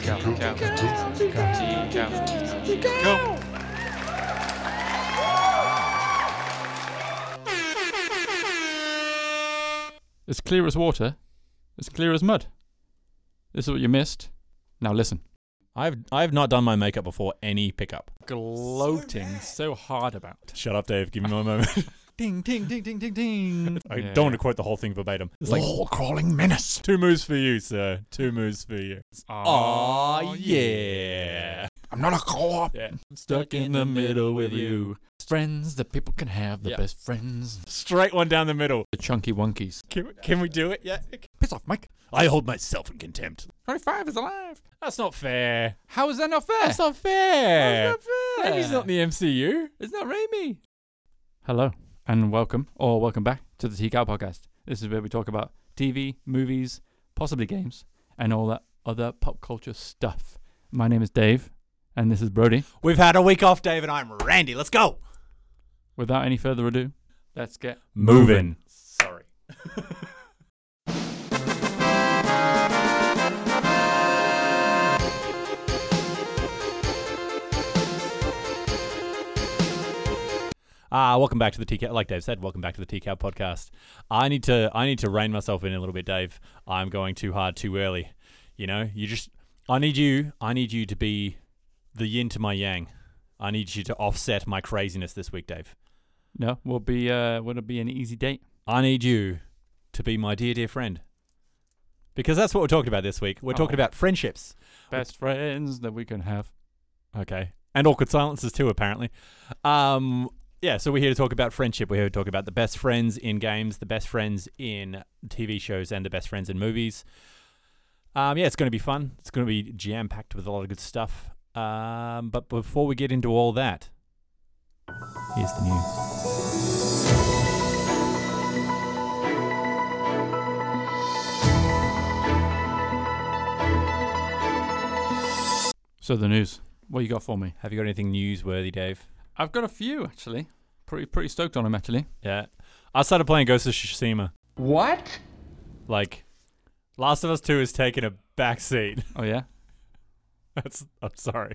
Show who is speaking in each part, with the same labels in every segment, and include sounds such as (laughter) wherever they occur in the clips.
Speaker 1: careful, careful,
Speaker 2: careful,
Speaker 1: careful, careful. Go. It's clear as water. It's clear as mud. This is what you missed. Now listen.
Speaker 3: I've I've not done my makeup before any pickup.
Speaker 1: Gloating so hard about.
Speaker 3: Shut up, Dave. Give me a moment.
Speaker 1: Ding, ding, ding, ding, ding, (laughs) ding.
Speaker 3: I
Speaker 1: Yeah.
Speaker 3: don't want to quote the whole thing verbatim. It's like
Speaker 2: Wall crawling menace.
Speaker 3: two moves for you, sir. Two moves for you. Aw, yeah.
Speaker 2: I'm not a co-op.
Speaker 3: Yeah.
Speaker 1: Stuck in the middle with you. Friends that people can have, the
Speaker 3: Yeah.
Speaker 1: best friends.
Speaker 3: Straight one down the middle.
Speaker 1: The chunky wonkies.
Speaker 3: Can, can we do it? Yeah.
Speaker 2: Piss off, Mike.
Speaker 3: I hold myself in contempt.
Speaker 1: 25 is alive.
Speaker 3: That's not fair.
Speaker 1: How is that not fair?
Speaker 3: That's not fair.
Speaker 1: That's not fair.
Speaker 3: Amy's not in the MCU.
Speaker 1: It's not Raimi. Hello and welcome, or welcome back to the TCAL podcast. This is where we talk about TV, movies, possibly games, and all that other pop culture stuff. My name is Dave, and this is Brody.
Speaker 2: We've had a week off, Dave, and I'm Randy. Let's go.
Speaker 1: Without any further ado, let's get
Speaker 3: Moving. Sorry. (laughs) Ah, welcome back to the TCAP. Like Dave said, welcome back to the TCAP podcast. I need to I need to rein myself in a little bit, Dave. I'm going too hard too early. You know, you just I need you I need you to be the yin to my yang. I need you to offset my craziness this week, Dave.
Speaker 1: no. Will be uh, will it be an easy date?
Speaker 3: I need you to be my dear, dear friend. Because that's what we're talking about this week. We're talking
Speaker 1: Oh.
Speaker 3: about friendships.
Speaker 1: Best friends that we can have.
Speaker 3: Okay. And awkward silences too, apparently. Um, yeah, so we're here to talk about friendship. We're here to talk about the best friends in games, the best friends in TV shows, and the best friends in movies. Um, yeah, it's going to be fun. It's going to be jam packed with a lot of good stuff. Um, but before we get into all that, here's the news.
Speaker 1: So the news. What you got for me?
Speaker 3: Have you got anything newsworthy, Dave?
Speaker 1: I've got a few actually. Pretty pretty stoked on them actually.
Speaker 3: Yeah. I started playing Ghost of Tsushima.
Speaker 4: What?
Speaker 3: Like, Last of Us Two is taking a backseat. (laughs)
Speaker 1: Oh yeah.
Speaker 3: That's I'm sorry.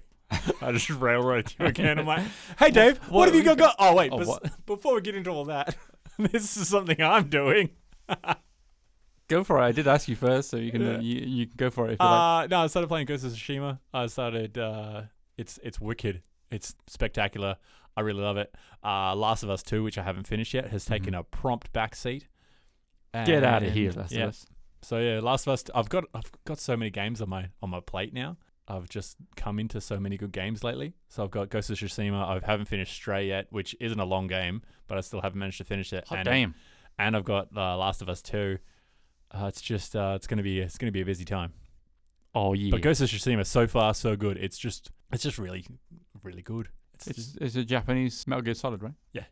Speaker 3: I just (laughs) railroaded you again. I'm like, hey Dave, what, have you
Speaker 1: what-
Speaker 3: got? go- oh wait,
Speaker 1: Oh,
Speaker 3: bes-
Speaker 1: what?
Speaker 3: (laughs) before we get into all that, (laughs) this is something I'm doing.
Speaker 1: Go for it. I did ask you first, so you can
Speaker 3: Yeah.
Speaker 1: you, you can go for it if you like.
Speaker 3: Uh, no, I started playing Ghost of Tsushima. I started. Uh, it's it's wicked. It's spectacular. I really love it. Uh, Last of Us Two, which I haven't finished yet, has taken
Speaker 1: Mhm.
Speaker 3: a prompt backseat.
Speaker 1: Get out of
Speaker 3: And-
Speaker 1: here, Last
Speaker 3: yeah.
Speaker 1: of Us.
Speaker 3: So yeah, Last of Us. I've got I've got so many games on my on my plate now. I've just come into so many good games lately. So I've got Ghost of Tsushima. I haven't finished Stray yet, which isn't a long game, but I still haven't managed to finish it. and,
Speaker 1: damn.
Speaker 3: and I've got uh, Last of Us Two. Uh, it's just uh, it's gonna be it's gonna be a busy time.
Speaker 1: Oh yeah.
Speaker 3: But Ghost of Tsushima so far so good. It's just it's just really really good. It's,
Speaker 1: it's it's a Japanese Metal Gear Solid, right?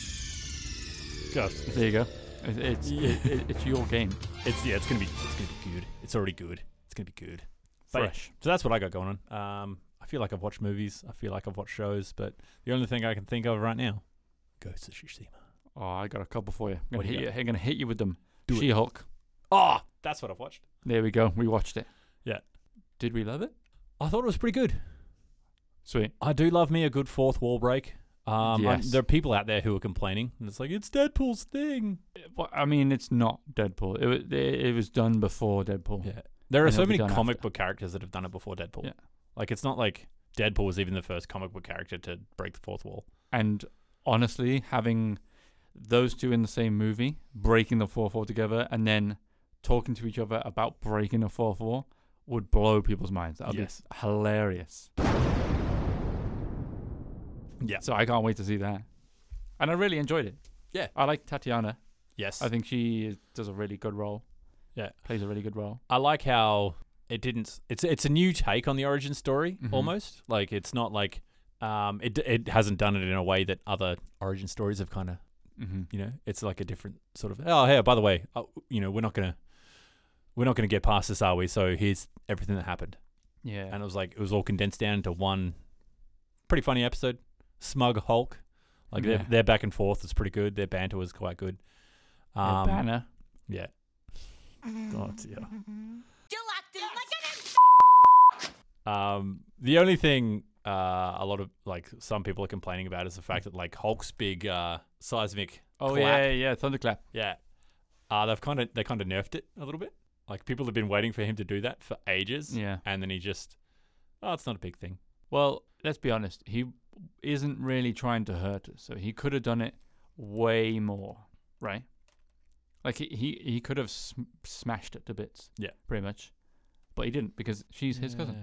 Speaker 3: just God.
Speaker 1: There you go. It's it's,
Speaker 3: (laughs) Yeah.
Speaker 1: it, it, it's your game.
Speaker 3: It's yeah. It's gonna be it's gonna be good. It's already good. It's gonna be good. But yeah,
Speaker 1: Fresh.
Speaker 3: So that's what I got going on. Um, I feel like I've watched movies. I feel like I've watched shows, but the only thing I can think of right now, Ghost of Tsushima.
Speaker 1: Oh, I got a couple for you. I'm
Speaker 3: What
Speaker 1: gonna
Speaker 3: do you
Speaker 1: hit you. I'm gonna hit you with them.
Speaker 3: Do it.
Speaker 1: she Hulk.
Speaker 3: Ah, that's what I've watched.
Speaker 1: There we go. We watched it.
Speaker 3: Yeah.
Speaker 1: Did we love it?
Speaker 3: I thought it was pretty good.
Speaker 1: Sweet.
Speaker 3: I do love me a good fourth wall break. Um, I'm-
Speaker 1: Yes.
Speaker 3: there are people out there who are complaining, and it's like it's Deadpool's thing.
Speaker 1: Well, I mean, it's not Deadpool. It was it, it was done before Deadpool.
Speaker 3: Yeah, there are
Speaker 1: And
Speaker 3: so
Speaker 1: it'll be
Speaker 3: many
Speaker 1: done
Speaker 3: comic
Speaker 1: after.
Speaker 3: book characters that have done it before Deadpool.
Speaker 1: Yeah.
Speaker 3: Like it's not like Deadpool was even the first comic book character to break the fourth wall.
Speaker 1: And honestly, having those two in the same movie, breaking the fourth wall together, and then talking to each other about breaking the fourth wall would blow people's minds. That would
Speaker 3: Yes.
Speaker 1: be hilarious.
Speaker 3: Yeah.
Speaker 1: So I can't wait to see that. And I really enjoyed it.
Speaker 3: Yeah.
Speaker 1: I like Tatiana.
Speaker 3: Yes,
Speaker 1: I think she is- does a really good role.
Speaker 3: Yeah.
Speaker 1: Plays a really good role.
Speaker 3: I like how it didn't. It's it's a new take on the origin story
Speaker 1: Mhm.
Speaker 3: almost. Like it's not like um it it hasn't done it in a way that other origin stories have kind of
Speaker 1: Mm-hmm.
Speaker 3: you know. It's like a different sort of oh hey by the way uh, you know we're not gonna we're not gonna get past this are we? So here's everything that happened.
Speaker 1: Yeah.
Speaker 3: And it was like it was all condensed down into one pretty funny episode. Smug Hulk. Like their,
Speaker 1: Yeah.
Speaker 3: their back and forth is pretty good. Their banter was quite good. Um,
Speaker 1: Yeah, Banner.
Speaker 3: Yeah. God, yeah.
Speaker 5: Still acting like an
Speaker 3: Um, the only thing uh, a lot of like some people are complaining about is the fact that like Hulk's big uh, seismic
Speaker 1: Oh
Speaker 3: clap,
Speaker 1: yeah, yeah, thunderclap.
Speaker 3: yeah. Uh, they've kind of they kind of nerfed it a little bit. Like people have been waiting for him to do that for ages,
Speaker 1: Yeah.
Speaker 3: and then he just oh, it's not a big thing.
Speaker 1: Well, let's be honest. He isn't really trying to hurt us, so he could have done it way more, right? Like he he, he could have sm- smashed it to bits.
Speaker 3: Yeah.
Speaker 1: pretty much. But he didn't because she's his cousin.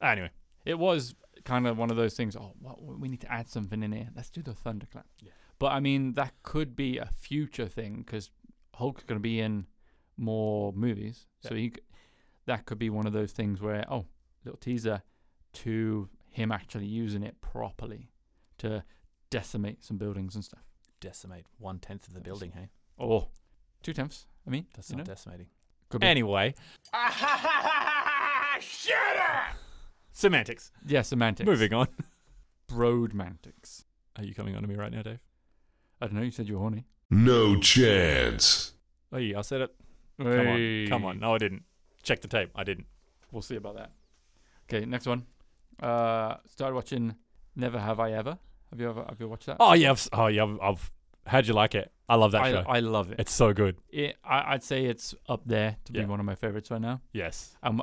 Speaker 3: anyway,
Speaker 1: It was kind of one of those things. Oh, well, we need to add something in here. Let's do the thunderclap.
Speaker 3: Yeah.
Speaker 1: But I mean, that could be a future thing because Hulk's going to be in more movies, so he c- that could be one of those things where oh, little teaser to him actually using it properly to decimate some buildings and stuff.
Speaker 3: decimate one tenth of the building. Hey,
Speaker 1: Or two tenths. I mean,
Speaker 3: that's
Speaker 1: you
Speaker 3: not
Speaker 1: know?
Speaker 3: decimating.
Speaker 1: Could be.
Speaker 3: (laughs) Anyway, semantics.
Speaker 1: yeah, semantics.
Speaker 3: Moving on. (laughs)
Speaker 1: Broadmantics.
Speaker 3: Are you coming on to me right now, Dave?
Speaker 1: I don't know. You said you were horny.
Speaker 4: No chance.
Speaker 3: Oh, yeah, I said it. Come on, come on. No, I didn't. Check the tape. I didn't.
Speaker 1: We'll see about that. Okay, next one. Uh, started watching Never Have I Ever. Have you ever have you watched that?
Speaker 3: Oh yeah. I've, s- oh yeah. I've, I've. How'd you like it? I love that
Speaker 1: I,
Speaker 3: show.
Speaker 1: I love it.
Speaker 3: it's so good.
Speaker 1: it I, I'd say it's up there to
Speaker 3: Yeah.
Speaker 1: be one of my favorites right now.
Speaker 3: Yes,
Speaker 1: I'm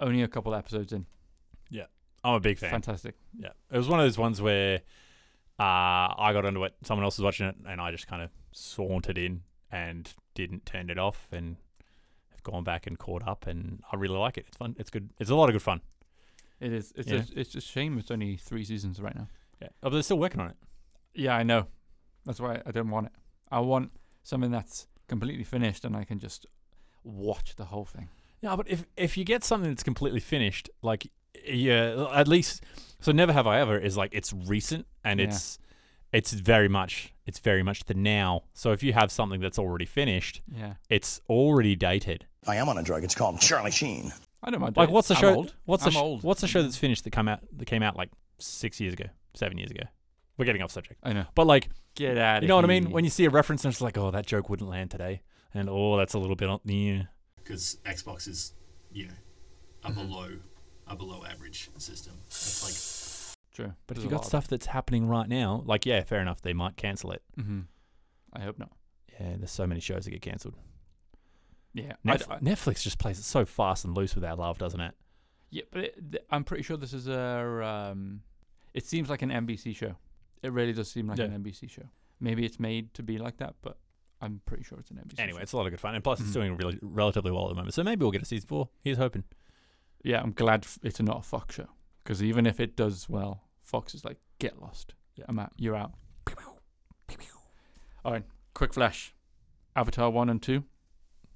Speaker 1: only a couple episodes in.
Speaker 3: I'm a big fan.
Speaker 1: Fantastic.
Speaker 3: Yeah, it was one of those ones where uh, I got into it. Someone else was watching it, and I just kind of sauntered in and didn't turn it off, and have gone back and caught up. And I really like it. It's fun. It's good. It's a lot of good fun.
Speaker 1: It is. It's
Speaker 3: Yeah.
Speaker 1: a, it's a shame it's only three seasons right now.
Speaker 3: Yeah, oh, but they're still working on it.
Speaker 1: Yeah, I know. That's why I don't want it. I want something that's completely finished and I can just watch the whole thing.
Speaker 3: Yeah, but if if you get something that's completely finished, like yeah, at least so never have I ever is like it's recent and
Speaker 1: Yeah.
Speaker 3: it's it's very much it's very much the now. So if you have something that's already finished,
Speaker 1: Yeah.
Speaker 3: it's already dated.
Speaker 5: I am on a drug. It's called Charlie Sheen.
Speaker 1: I don't mind.
Speaker 3: Like
Speaker 1: it.
Speaker 3: what's the
Speaker 1: I'm
Speaker 3: show?
Speaker 1: Old.
Speaker 3: What's
Speaker 1: I'm
Speaker 3: the sh-
Speaker 1: old.
Speaker 3: what's the show that's finished that come out that came out like six years ago, seven years ago? We're getting off subject,
Speaker 1: I know.
Speaker 3: but like
Speaker 1: Get out of
Speaker 3: you know what I mean. When you see a reference and it's like, oh, that joke wouldn't land today, and oh, that's a little bit on yeah.
Speaker 6: because Xbox is, you know, a
Speaker 3: Mm-hmm.
Speaker 6: below a below average system. It's like
Speaker 1: True.
Speaker 3: But if you got stuff that's happening right now, like yeah, fair enough, they might cancel it.
Speaker 1: Mm-hmm. I hope not.
Speaker 3: Yeah, there's so many shows that get cancelled.
Speaker 1: Yeah. I d-
Speaker 3: Netf-
Speaker 1: I-
Speaker 3: Netflix just plays it so fast and loose with our love, doesn't it?
Speaker 1: yeah, but it, th- I'm pretty sure this is a. Um, it seems like an NBC show. It really does seem like
Speaker 3: Yeah.
Speaker 1: an NBC show. Maybe it's made to be like that, but I'm pretty sure it's an NBC.
Speaker 3: Anyway,
Speaker 1: show.
Speaker 3: it's a lot of good fun, and plus
Speaker 1: Mhm.
Speaker 3: it's doing really, relatively well at the moment. So maybe we'll get a season four. Here's hoping.
Speaker 1: yeah, I'm glad f- it's not a Fox show because even if it does well, Fox is like, get lost.
Speaker 3: Yeah.
Speaker 1: I'm out. You're out. All right, quick flash. Avatar one and two.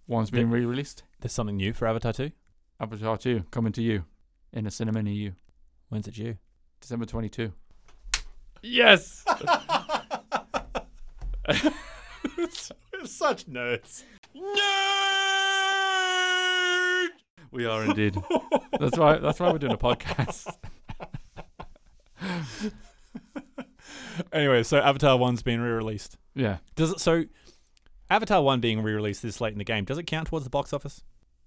Speaker 1: One's
Speaker 3: The-
Speaker 1: been re-released.
Speaker 3: There's something new for Avatar two.
Speaker 1: Avatar two coming to you in a cinema near you,
Speaker 3: When's it due?
Speaker 1: December 22.
Speaker 3: (laughs)
Speaker 1: Yes.
Speaker 3: Such nerds.
Speaker 1: We are
Speaker 3: (laughs)
Speaker 1: indeed. that's why. That's why we're doing a podcast.
Speaker 3: Anyway, so Avatar one's been re-released.
Speaker 1: yeah.
Speaker 3: Does it? So Avatar one being re-released this late in the game does it count towards the box office?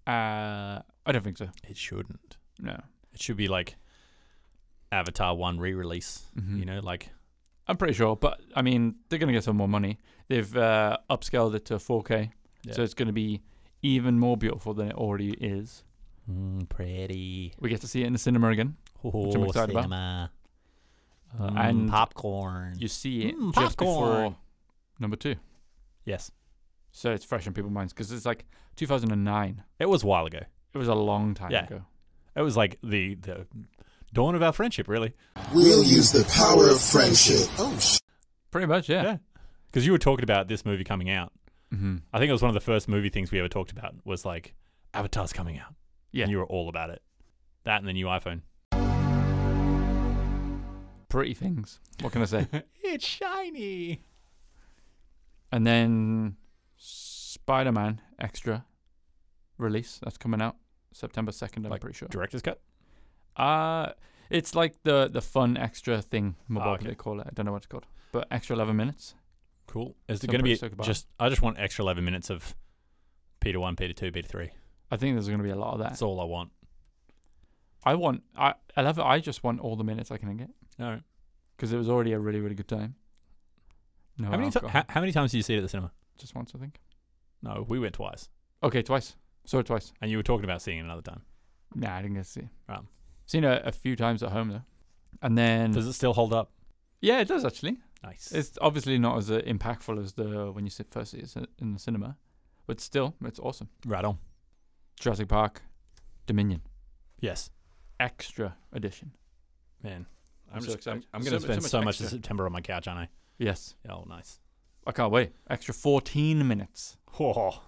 Speaker 1: Uh, I don't think so.
Speaker 3: It shouldn't.
Speaker 1: No.
Speaker 3: It should be like Avatar one re-release.
Speaker 1: Mhm.
Speaker 3: You know, like
Speaker 1: I'm pretty sure, but I mean, they're gonna get some more money. They've uh, upscaled it to 4K,
Speaker 3: Yeah.
Speaker 1: so it's gonna be even more beautiful than it already is.
Speaker 3: mm, pretty.
Speaker 1: We get to see it in the cinema again.
Speaker 3: Oh,
Speaker 1: I'm excited about.
Speaker 3: cinema.
Speaker 1: Uh,
Speaker 3: Mm,
Speaker 1: and
Speaker 3: popcorn.
Speaker 1: You see it
Speaker 3: Mm,
Speaker 1: just
Speaker 3: popcorn.
Speaker 1: before number two,
Speaker 3: yes,
Speaker 1: so it's fresh in people's minds because it's like 2009.
Speaker 3: it was a while ago.
Speaker 1: It was a long time
Speaker 3: Yeah.
Speaker 1: ago.
Speaker 3: It was like the the dawn of our friendship, really.
Speaker 7: We'll use the power of friendship. Oh, sh-
Speaker 1: Pretty much, yeah.
Speaker 3: Because you were talking about this movie coming out.
Speaker 1: hmm
Speaker 3: I think it was one of the first movie things we ever talked about was like Avatar's coming out.
Speaker 1: Yeah.
Speaker 3: And you were all about it. That and the new iPhone.
Speaker 1: Pretty things. What can I
Speaker 3: (laughs)
Speaker 1: say?
Speaker 3: (laughs) It's shiny.
Speaker 1: And then Spider Man Extra release that's coming out September 2nd, I'm
Speaker 3: Like
Speaker 1: pretty sure.
Speaker 3: Director's cut.
Speaker 1: Uh, it's like the, the fun extra thing,
Speaker 3: Ah,
Speaker 1: what
Speaker 3: okay.
Speaker 1: do they call it? I don't know what it's called. But extra 11 minutes.
Speaker 3: Cool. Is
Speaker 1: So
Speaker 3: it
Speaker 1: I'm
Speaker 3: going to be
Speaker 1: pretty stoked about it.
Speaker 3: just? I just want extra eleven minutes of Peter one, Peter two, Peter three. Ah.
Speaker 1: I think there's going to be a lot of that.
Speaker 3: That's all I want.
Speaker 1: I want. I I love it. I just want all the minutes I can get
Speaker 3: All right.
Speaker 1: because it was already a really really good time. No,
Speaker 3: How many, ti-
Speaker 1: alcohol.
Speaker 3: how, how many times did you see it at the cinema?
Speaker 1: just once I think.
Speaker 3: No, we went twice.
Speaker 1: Okay, twice. Saw it twice.
Speaker 3: And you were talking about seeing it another time.
Speaker 1: Nah, I didn't get to see. it.
Speaker 3: Um.
Speaker 1: Seen it a few times at home though, and then
Speaker 3: Does it still hold up?
Speaker 1: yeah, it does actually.
Speaker 3: Nice.
Speaker 1: It's obviously not as uh, impactful as the when you sit first see it in the cinema, but still, it's awesome.
Speaker 3: right on.
Speaker 1: Jurassic Park, Dominion,
Speaker 3: Yes.
Speaker 1: extra edition.
Speaker 3: Man. I'm,
Speaker 1: so
Speaker 3: just
Speaker 1: excited.
Speaker 3: I'm, going to
Speaker 1: So- so
Speaker 3: spend so,
Speaker 1: much
Speaker 3: much of
Speaker 1: extra.
Speaker 3: September on my couch, aren't
Speaker 1: Yes,
Speaker 3: I? Oh, nice.
Speaker 1: I can't wait. Extra fourteen minutes.
Speaker 3: Oh,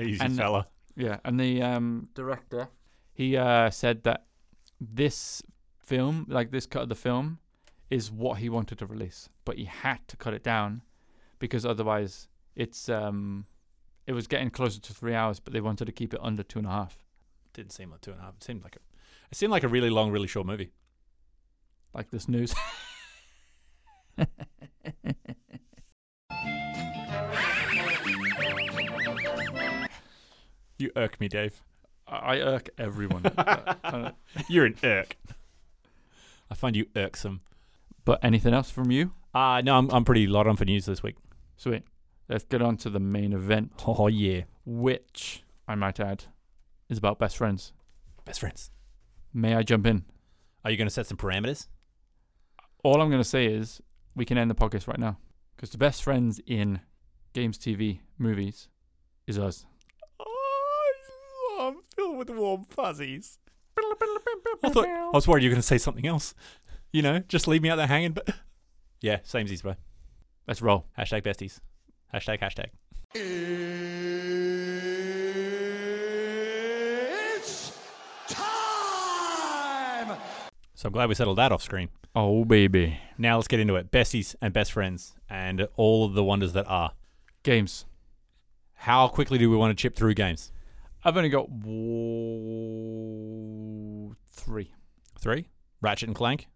Speaker 3: easy
Speaker 1: And-
Speaker 3: fella.
Speaker 1: Yeah, and the um, director, he uh, said that this film, like this cut of the film, is what he wanted to release, but he had to cut it down because otherwise, it's um, it was getting closer to three hours, but they wanted to keep it under two and a half.
Speaker 3: Didn't seem like two and a half. It seemed like a, it seemed like a really long, really short movie.
Speaker 1: Like this news. (laughs)
Speaker 3: You irk me, Dave. (laughs)
Speaker 1: I I irk (laughs) everyone. I don't-
Speaker 3: You're an irk. I find you irksome.
Speaker 1: but anything else from you?
Speaker 3: Uh, no, I'm, I'm pretty lot on for news this week.
Speaker 1: Sweet. Let's get on to the main event,
Speaker 3: Oh, yeah.
Speaker 1: which I might add is about best friends.
Speaker 3: Best friends.
Speaker 1: May I jump in?
Speaker 3: Are you going to set some parameters?
Speaker 1: All I'm going to say is we can end the podcast right now because the best friends in games, TV, movies is us.
Speaker 3: Oh, I'm filled with warm fuzzies. I thought I was worried you were going to say something else. You know, just leave me out there hanging. But yeah, same as bro.
Speaker 1: Let's roll.
Speaker 3: Hashtag besties. Hashtag hashtag. So I'm glad we settled that off screen.
Speaker 1: Oh, baby.
Speaker 3: Now let's get into it. Besties and best friends and all of the wonders that are.
Speaker 1: Games.
Speaker 3: How quickly do we want to chip through games?
Speaker 1: I've only got wo- three.
Speaker 3: Three. Ratchet and Clank.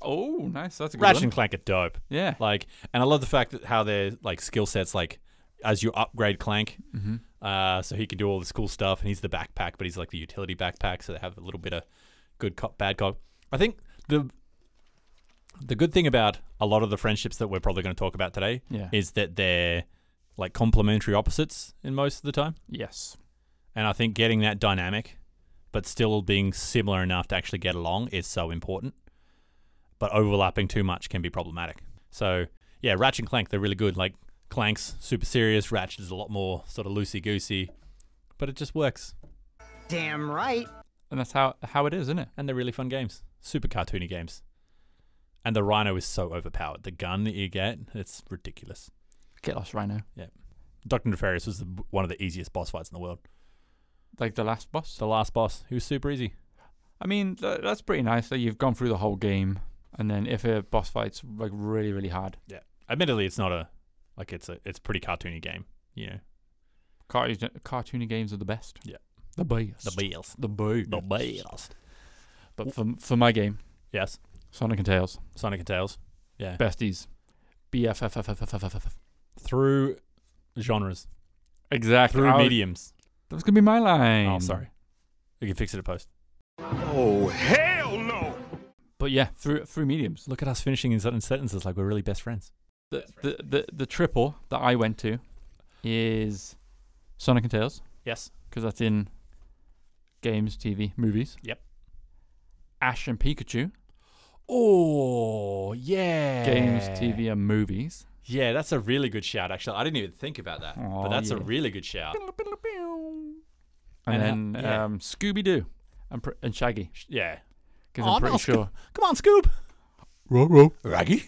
Speaker 1: Oh, nice. That's a good
Speaker 3: Ratchet
Speaker 1: one.
Speaker 3: and Clank are dope.
Speaker 1: Yeah.
Speaker 3: Like, and I love the fact that how their like skill sets like as you upgrade Clank,
Speaker 1: Mm-hmm.
Speaker 3: uh, so he can do all this cool stuff, and he's the backpack, but he's like the utility backpack, so they have a little bit of good cop, bad cop. I think the the good thing about a lot of the friendships that we're probably going to talk about today
Speaker 1: Yeah.
Speaker 3: is that they're like complementary opposites in most of the time,
Speaker 1: yes.
Speaker 3: and I think getting that dynamic, but still being similar enough to actually get along is so important. But overlapping too much can be problematic. So yeah, Ratchet and Clank, they're really good. Like Clank's super serious, Ratchet is a lot more sort of loosey goosey, but it just works.
Speaker 8: Damn right.
Speaker 1: And that's how how it is, isn't it?
Speaker 3: And they're really fun games. Super cartoony games. And the Rhino is so overpowered. The gun that you get, it's ridiculous.
Speaker 1: Get lost, Rhino.
Speaker 3: Dr. Nefarious was the, one of the easiest boss fights in the world.
Speaker 1: Like the last boss.
Speaker 3: The last boss, he was super easy.
Speaker 1: I mean, tha that's pretty nice that you've gone through the whole game, and then if a boss fight's like really, really hard,
Speaker 3: Yeah. Admittedly, it's not a like it's a it's a pretty cartoony game. You know,
Speaker 1: cartoon, cartoony games are the best.
Speaker 3: Yeah.
Speaker 1: the best.
Speaker 3: the beals,
Speaker 1: the boo.
Speaker 3: the beals.
Speaker 1: But for for my game,
Speaker 3: Yes,
Speaker 1: Sonic and Tails,
Speaker 3: Sonic and Tails. Yeah,
Speaker 1: besties, BFFFFFFF.
Speaker 3: through genres,
Speaker 1: Exactly.
Speaker 3: through
Speaker 1: I was-
Speaker 3: mediums.
Speaker 1: That was gonna be my line.
Speaker 3: Oh, sorry. We can fix it at post.
Speaker 9: Oh,
Speaker 1: But yeah, through through mediums.
Speaker 3: Look at us finishing in certain sentences like we're really best friends.
Speaker 1: The the, the the triple that I went to is Sonic and Tails
Speaker 3: Yes.
Speaker 1: because that's in games, TV, movies.
Speaker 3: Yep.
Speaker 1: Ash and Pikachu,
Speaker 3: Oh yeah.
Speaker 1: games, TV, and movies.
Speaker 3: Yeah, that's a really good shout. Actually, I didn't even think about that,
Speaker 1: Aw,
Speaker 3: but that's a
Speaker 1: yeah.
Speaker 3: really good shout.
Speaker 1: and,
Speaker 3: And
Speaker 1: then
Speaker 3: how- yeah.
Speaker 1: um, Scooby Doo and, pr- and Shaggy
Speaker 3: Yeah.
Speaker 1: because
Speaker 3: Aw,
Speaker 1: I'm pretty
Speaker 3: no, Sco-
Speaker 1: sure
Speaker 3: Come on, Scoob.
Speaker 5: Raggy?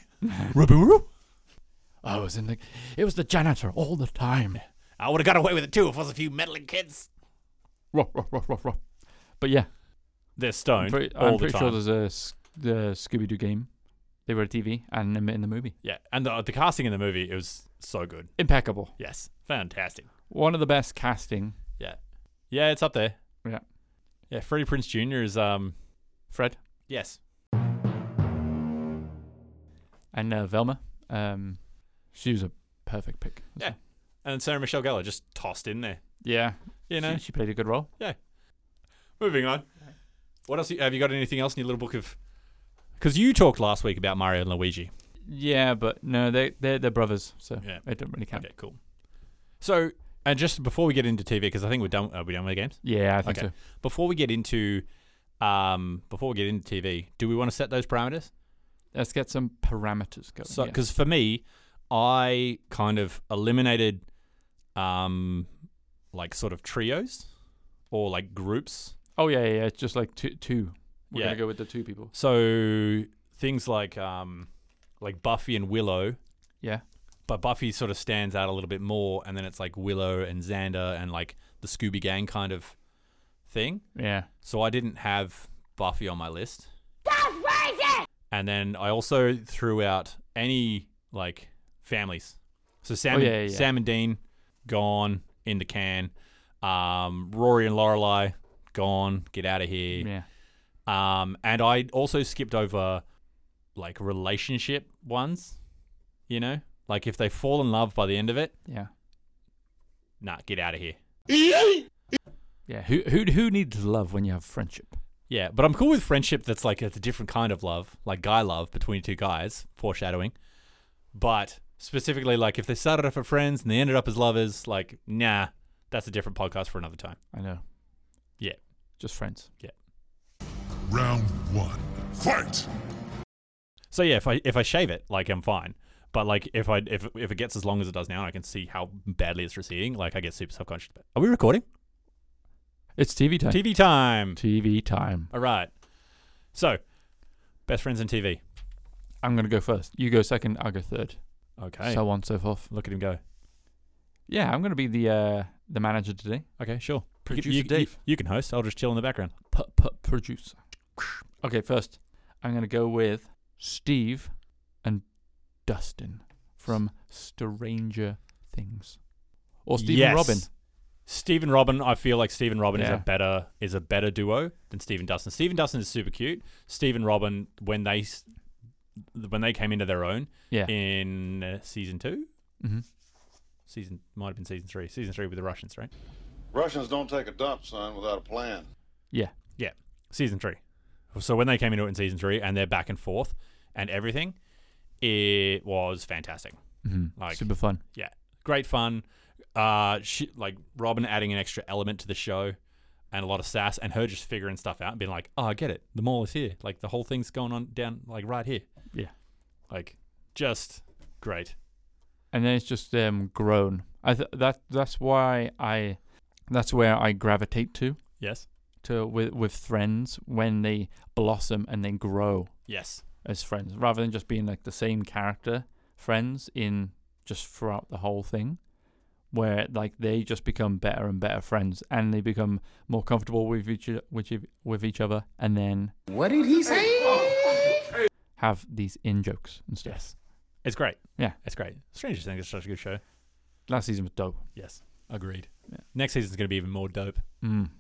Speaker 1: I was in the it was the janitor all the time.
Speaker 3: I would have got away with it too if it was a few meddling kids.
Speaker 1: Ruff, ruff, ruff, ruff, ruff. But yeah,
Speaker 3: They're stoned
Speaker 1: pretty-
Speaker 3: all
Speaker 1: I'm
Speaker 3: the
Speaker 1: pretty
Speaker 3: time.
Speaker 1: sure there's a s- the Scooby Doo game. They were on TV and in the- in the movie.
Speaker 3: yeah, and the, the casting in the movie it was so good.
Speaker 1: Impeccable.
Speaker 3: Yes, fantastic.
Speaker 1: One of the best casting.
Speaker 3: Yeah, yeah, it's up there.
Speaker 1: Yeah,
Speaker 3: Yeah, Freddie Prince Jr. is um
Speaker 1: Fred
Speaker 3: yes,
Speaker 1: and uh, Velma. Um, she was a perfect pick.
Speaker 3: Yeah. and then Sarah Michelle Gellar just tossed in there.
Speaker 1: Yeah. (laughs)
Speaker 3: You know,
Speaker 1: she, she played a good role.
Speaker 3: moving on. What else have you got? Anything else in your little book of? Because you talked last week about Mario and Luigi.
Speaker 1: Yeah, but no, they they're, they're brothers, so
Speaker 3: Yeah.
Speaker 1: it don't really count.
Speaker 3: Okay, cool. So, and just before we get into TV, because I think we're done. Are we done with the games?
Speaker 1: Yeah, I think so.
Speaker 3: Before we get into, um, before we get into TV, do we want to set those parameters?
Speaker 1: Let's get some parameters going.
Speaker 3: So,
Speaker 1: yeah.
Speaker 3: because for me, I kind of eliminated, um, like sort of trios, or like groups.
Speaker 1: oh yeah, yeah, yeah, it's just like two. two. We're
Speaker 3: Yeah.
Speaker 1: gonna go with the two people.
Speaker 3: So things like, um, like Buffy and Willow.
Speaker 1: Yeah,
Speaker 3: but Buffy sort of stands out a little bit more, and then it's like Willow and Xander and like the Scooby Gang kind of thing.
Speaker 1: yeah.
Speaker 3: So I didn't have Buffy on my list. And then I also threw out any like families. So Sam,
Speaker 1: Oh,
Speaker 3: and-
Speaker 1: yeah, yeah, yeah.
Speaker 3: Sam and Dean gone in the can. Um, Rory and Lorelai gone. Get out of here.
Speaker 1: Yeah.
Speaker 3: Um, and I also skipped over like relationship ones, you know, like if they fall in love by the end of it,
Speaker 1: Yeah.
Speaker 3: nah, get out of here.
Speaker 1: Yeah. Who who who needs love when you have friendship?
Speaker 3: Yeah, but I'm cool with friendship that's like it's a different kind of love, like guy love between two guys, foreshadowing. But specifically, like if they started off as friends and they ended up as lovers, like nah, that's a different podcast for another time.
Speaker 1: I know.
Speaker 3: Yeah.
Speaker 1: Just friends.
Speaker 4: Round one. Fight!
Speaker 3: So yeah, if I if I shave it, like I'm fine. But like if I if if it gets as long as it does now, and I can see how badly it's receding. Like I get super self conscious. Are we recording?
Speaker 1: It's TV time.
Speaker 3: TV time.
Speaker 1: TV time.
Speaker 3: All right. So, best friends in TV.
Speaker 1: I'm gonna go first. You go second. I'll go third.
Speaker 3: Okay.
Speaker 1: So on, so forth.
Speaker 3: look at him go.
Speaker 1: Yeah, I'm gonna be the uh, the manager today.
Speaker 3: Okay, sure. You can-
Speaker 1: Producer
Speaker 3: you, you-
Speaker 1: Dave.
Speaker 3: you can host. I'll just chill in the background.
Speaker 1: P- p- producer. Okay, first I'm gonna go with Steve and Dustin from Stranger Things, or Steve and Robin.
Speaker 3: Yes. Steve and Robin. I feel like Steve and Robin is
Speaker 1: Yeah.
Speaker 3: a better is a better duo than Steve and Dustin. Steve and Dustin is super cute. Steve and Robin when they s- when they came into their own
Speaker 1: Yeah.
Speaker 3: in uh, season two,
Speaker 1: Mhm.
Speaker 3: season might have been season three, season three with the Russians, right?
Speaker 10: Russians don't take a dump, son, without a plan.
Speaker 1: Yeah,
Speaker 3: Yeah, season three. So when they came into it in season three, and they're back and forth, and everything, it was fantastic. Like
Speaker 1: super fun.
Speaker 3: yeah, great fun. Uh, she, like Robin adding an extra element to the show, and a lot of sass, and her just figuring stuff out and being like, "Oh, I get it. The mall is here. Like the whole thing's going on down like right here.
Speaker 1: Yeah,
Speaker 3: Like just great.
Speaker 1: and then it's just um, grown. I th- that that's why I that's where I gravitate to
Speaker 3: Yes,
Speaker 1: to with with friends when they blossom and then grow
Speaker 3: yes,
Speaker 1: as friends, rather than just being like the same character friends in just throughout the whole thing, where like they just become better and better friends, and they become more comfortable with each with each- with each other, and then
Speaker 8: What did he say?
Speaker 1: have these in jokes and stuff.
Speaker 3: yes. It's great.
Speaker 1: Yeah.
Speaker 3: it's great. Stranger Things is such a good show.
Speaker 1: Last season was dope.
Speaker 3: Yes, agreed. Next season's gonna be even more dope.
Speaker 1: Mm. And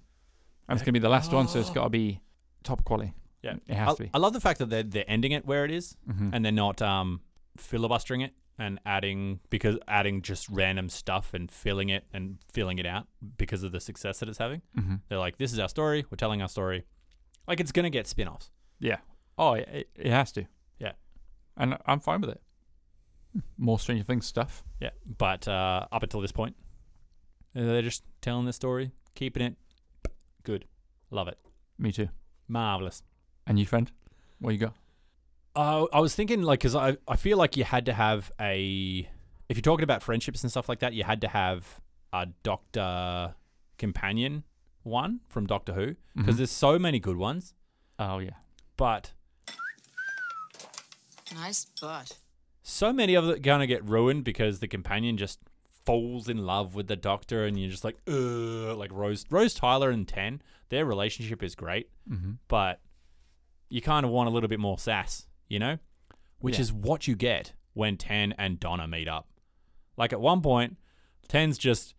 Speaker 1: it's gonna be the last one, so it's gotta be top quality.
Speaker 3: Yeah,
Speaker 1: It has
Speaker 3: I,
Speaker 1: to be.
Speaker 3: I love the fact that they're they're ending it where it is,
Speaker 1: Mhm.
Speaker 3: and they're not um, filibustering it and adding because adding just random stuff and filling it and filling it out because of the success that it's having.
Speaker 1: Mhm.
Speaker 3: They're like, this is our story. We're telling our story. Like it's gonna get spin-offs.
Speaker 1: Yeah. Oh, it, it- it has to.
Speaker 3: Yeah.
Speaker 1: And I'm fine with it. More Stranger Things stuff.
Speaker 3: Yeah, but uh, up until this point, uh, they're just telling the story, keeping it good. Love it,
Speaker 1: Me too.
Speaker 3: marvelous.
Speaker 1: And you, friend? What you got?
Speaker 3: Uh, I was thinking like because I I feel like you had to have a if you're talking about friendships and stuff like that, you had to have a doctor companion one from Doctor Who because there's so many good ones,
Speaker 1: Oh yeah.
Speaker 3: but
Speaker 11: Nice butt.
Speaker 3: so many of them gonna get ruined because the companion just falls in love with the doctor and you're just like Ugh, like Rose Rose Tyler and Ten, their relationship is great, but you kind of want a little bit more sass, you know, which
Speaker 1: Yeah.
Speaker 3: is what you get when Ten and Donna meet up. Like at one point, Ten's just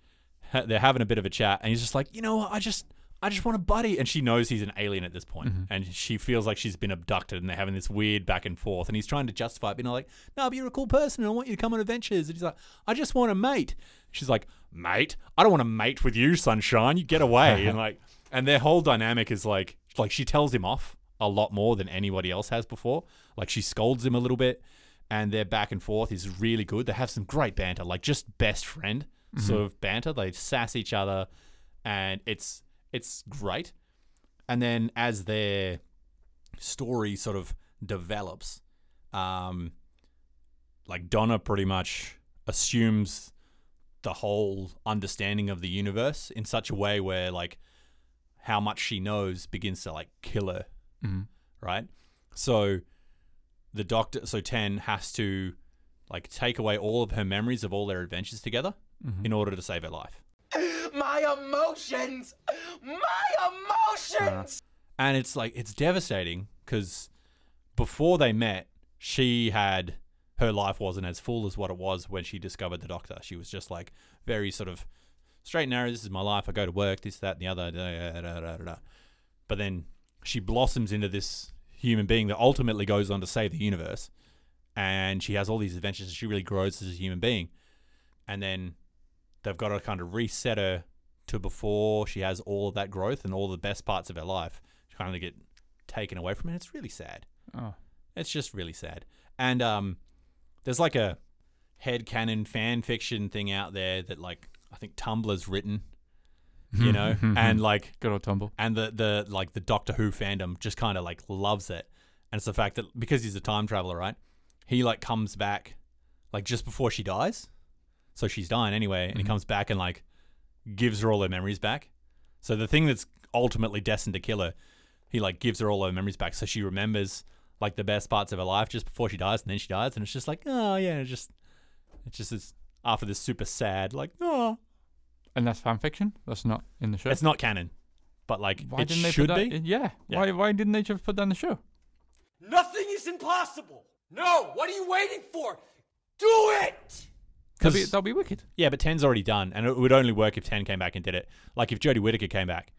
Speaker 3: ha- they're having a bit of a chat, and he's just like, you know, what? I just I just want a buddy, and she knows he's an alien at this point, and she feels like she's been abducted, and they're having this weird back and forth, and he's trying to justify it, being like, no, but you're a cool person, and I want you to come on adventures, and he's like, I just want a mate. She's like, mate, I don't want to mate with you, sunshine. You get away, and like, and their whole dynamic is like like she tells him off a lot more than anybody else has before. Like she scolds him a little bit, and their back and forth is really good. They have some great banter, like just best friend sort of banter. They sass each other, and it's it's great. And then as their story sort of develops, um, like Donna pretty much assumes the whole understanding of the universe in such a way where like how much she knows begins to like kill her, right? So the doctor, so Ten has to like take away all of her memories of all their adventures together in order to save her life. Uh, and it's like it's devastating because before they met she had her life wasn't as full as what it was when she discovered the doctor she was just like very sort of straight and narrow this is my life i go to work this that and the other da, da, da, da, da, da. but then she blossoms into this human being that ultimately goes on to save the universe and she has all these adventures and she really grows as a human being and then they've got to kind of reset her to before she has all of that growth and all the best parts of her life kind of get taken away from it. It's really sad.
Speaker 1: Oh.
Speaker 3: It's just really sad. And um, there's like a headcanon fan fiction thing out there that like I think Tumblr's written, you know, and like
Speaker 1: Good old Tumble.
Speaker 3: and the the like the Doctor Who fandom just kind of like loves it, and it's the fact that because he's a time traveler, right? He like comes back, like just before she dies, so she's dying anyway, and he
Speaker 1: Mm-hmm.
Speaker 3: comes back and like gives her all her memories back. So the thing that's ultimately destined to kill her, he like gives her all her memories back, so she remembers like the best parts of her life just before she dies, and then she dies, and it's just like oh yeah, it's just it's just this after this super sad like oh
Speaker 1: And that's fan fiction. That's not in the show.
Speaker 3: it's not canon, but like
Speaker 1: why
Speaker 3: it
Speaker 1: didn't they
Speaker 3: should
Speaker 1: put that?
Speaker 3: be.
Speaker 1: Yeah. Why? Why didn't they just put that in the show?
Speaker 11: Nothing is impossible. No, what are you waiting for? Do it!
Speaker 1: That'd be,
Speaker 3: 'Cause-
Speaker 1: that'd be wicked.
Speaker 3: Yeah, but 10's already done, and it would only work if 10 came back and did it. Like if Jodie Whittaker came back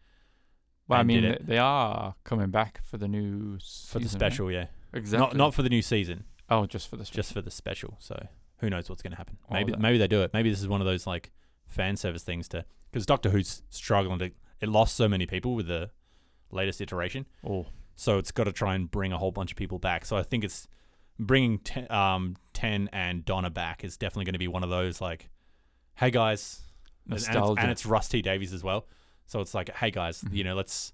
Speaker 1: Well, I
Speaker 3: And did
Speaker 1: mean,
Speaker 3: it.
Speaker 1: th- they are coming back for the new season,
Speaker 3: for the
Speaker 1: right?
Speaker 3: special, yeah.
Speaker 1: Exactly.
Speaker 3: Not not for the new season,
Speaker 1: oh, just for the special.
Speaker 3: just for the special. So who knows what's going to happen?
Speaker 1: Oh,
Speaker 3: Maybe
Speaker 1: that-
Speaker 3: maybe they do it. Maybe this is one of those like fan service things to because Doctor Who's struggling to it lost so many people with the latest iteration,
Speaker 1: Oh,
Speaker 3: so it's got to try and bring a whole bunch of people back. So I think it's bringing 10, um 10 and Donna back is definitely going to be one of those like, hey guys, And it's- And,
Speaker 1: Nostalgia. Mm-hmm.
Speaker 3: it's, Rusty Davies as well. So it's like, hey guys, you know, let's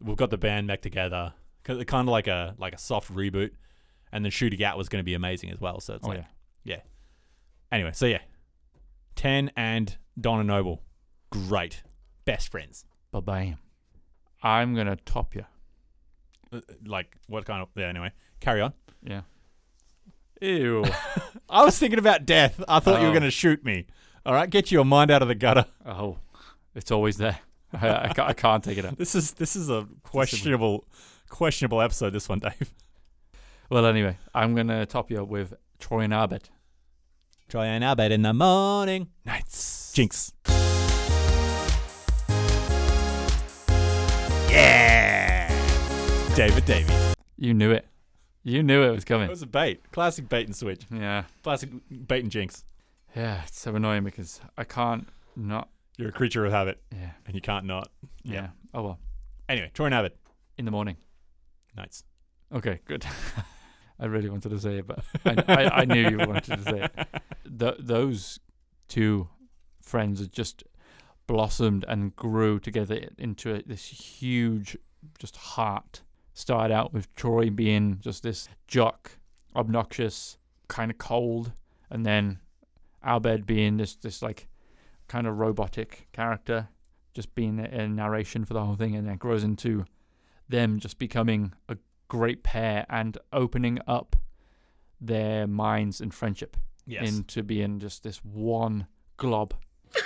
Speaker 3: we've got the band back together. Kind of like a like a soft reboot, and then Shooting Out was going to be amazing as well. So it's
Speaker 1: oh
Speaker 3: like,
Speaker 1: yeah.
Speaker 3: yeah. Anyway, so yeah, Ten and Donna Noble, great, best friends.
Speaker 1: Ba bam. I'm gonna top you.
Speaker 3: Uh, Like what kind of? Yeah. Anyway, carry on.
Speaker 1: Yeah.
Speaker 3: (laughs) Ew. I was thinking about death. I thought you were
Speaker 1: Oh.
Speaker 3: going to shoot me. All right, get your mind out of the gutter.
Speaker 1: Oh, it's always there. I, I, ca- I can't take it out.
Speaker 3: This is this is a questionable questionable episode. This one, Dave.
Speaker 1: Well, anyway, I'm gonna top you with Troy and Arbet.
Speaker 3: Try and out bed in the morning. Nights. Jinx. Yeah. David Davies.
Speaker 1: You knew it. You knew it was
Speaker 3: That
Speaker 1: coming.
Speaker 3: was a bait. Classic bait and switch.
Speaker 1: Yeah.
Speaker 3: Classic bait and jinx.
Speaker 1: Yeah. It's so annoying because I can't not.
Speaker 3: You're a creature of habit
Speaker 1: Yeah.
Speaker 3: and you can't not.
Speaker 1: Yeah.
Speaker 3: Yeah.
Speaker 1: Oh well.
Speaker 3: Anyway, Troy and Abbott.
Speaker 1: In the morning.
Speaker 3: Nights.
Speaker 1: Okay. Good. (laughs) I really wanted to say it, but I, I, I knew you wanted to say it. Th- those two friends had just blossomed and grew together into a, this huge just heart started out with troy being just this jock obnoxious kind of cold and then albed being this this like kind of robotic character just being a, a narration for the whole thing and then grows into them just becoming a great pair and opening up their minds and friendship
Speaker 3: Yes.
Speaker 1: into being just this one glob.
Speaker 3: Yeah.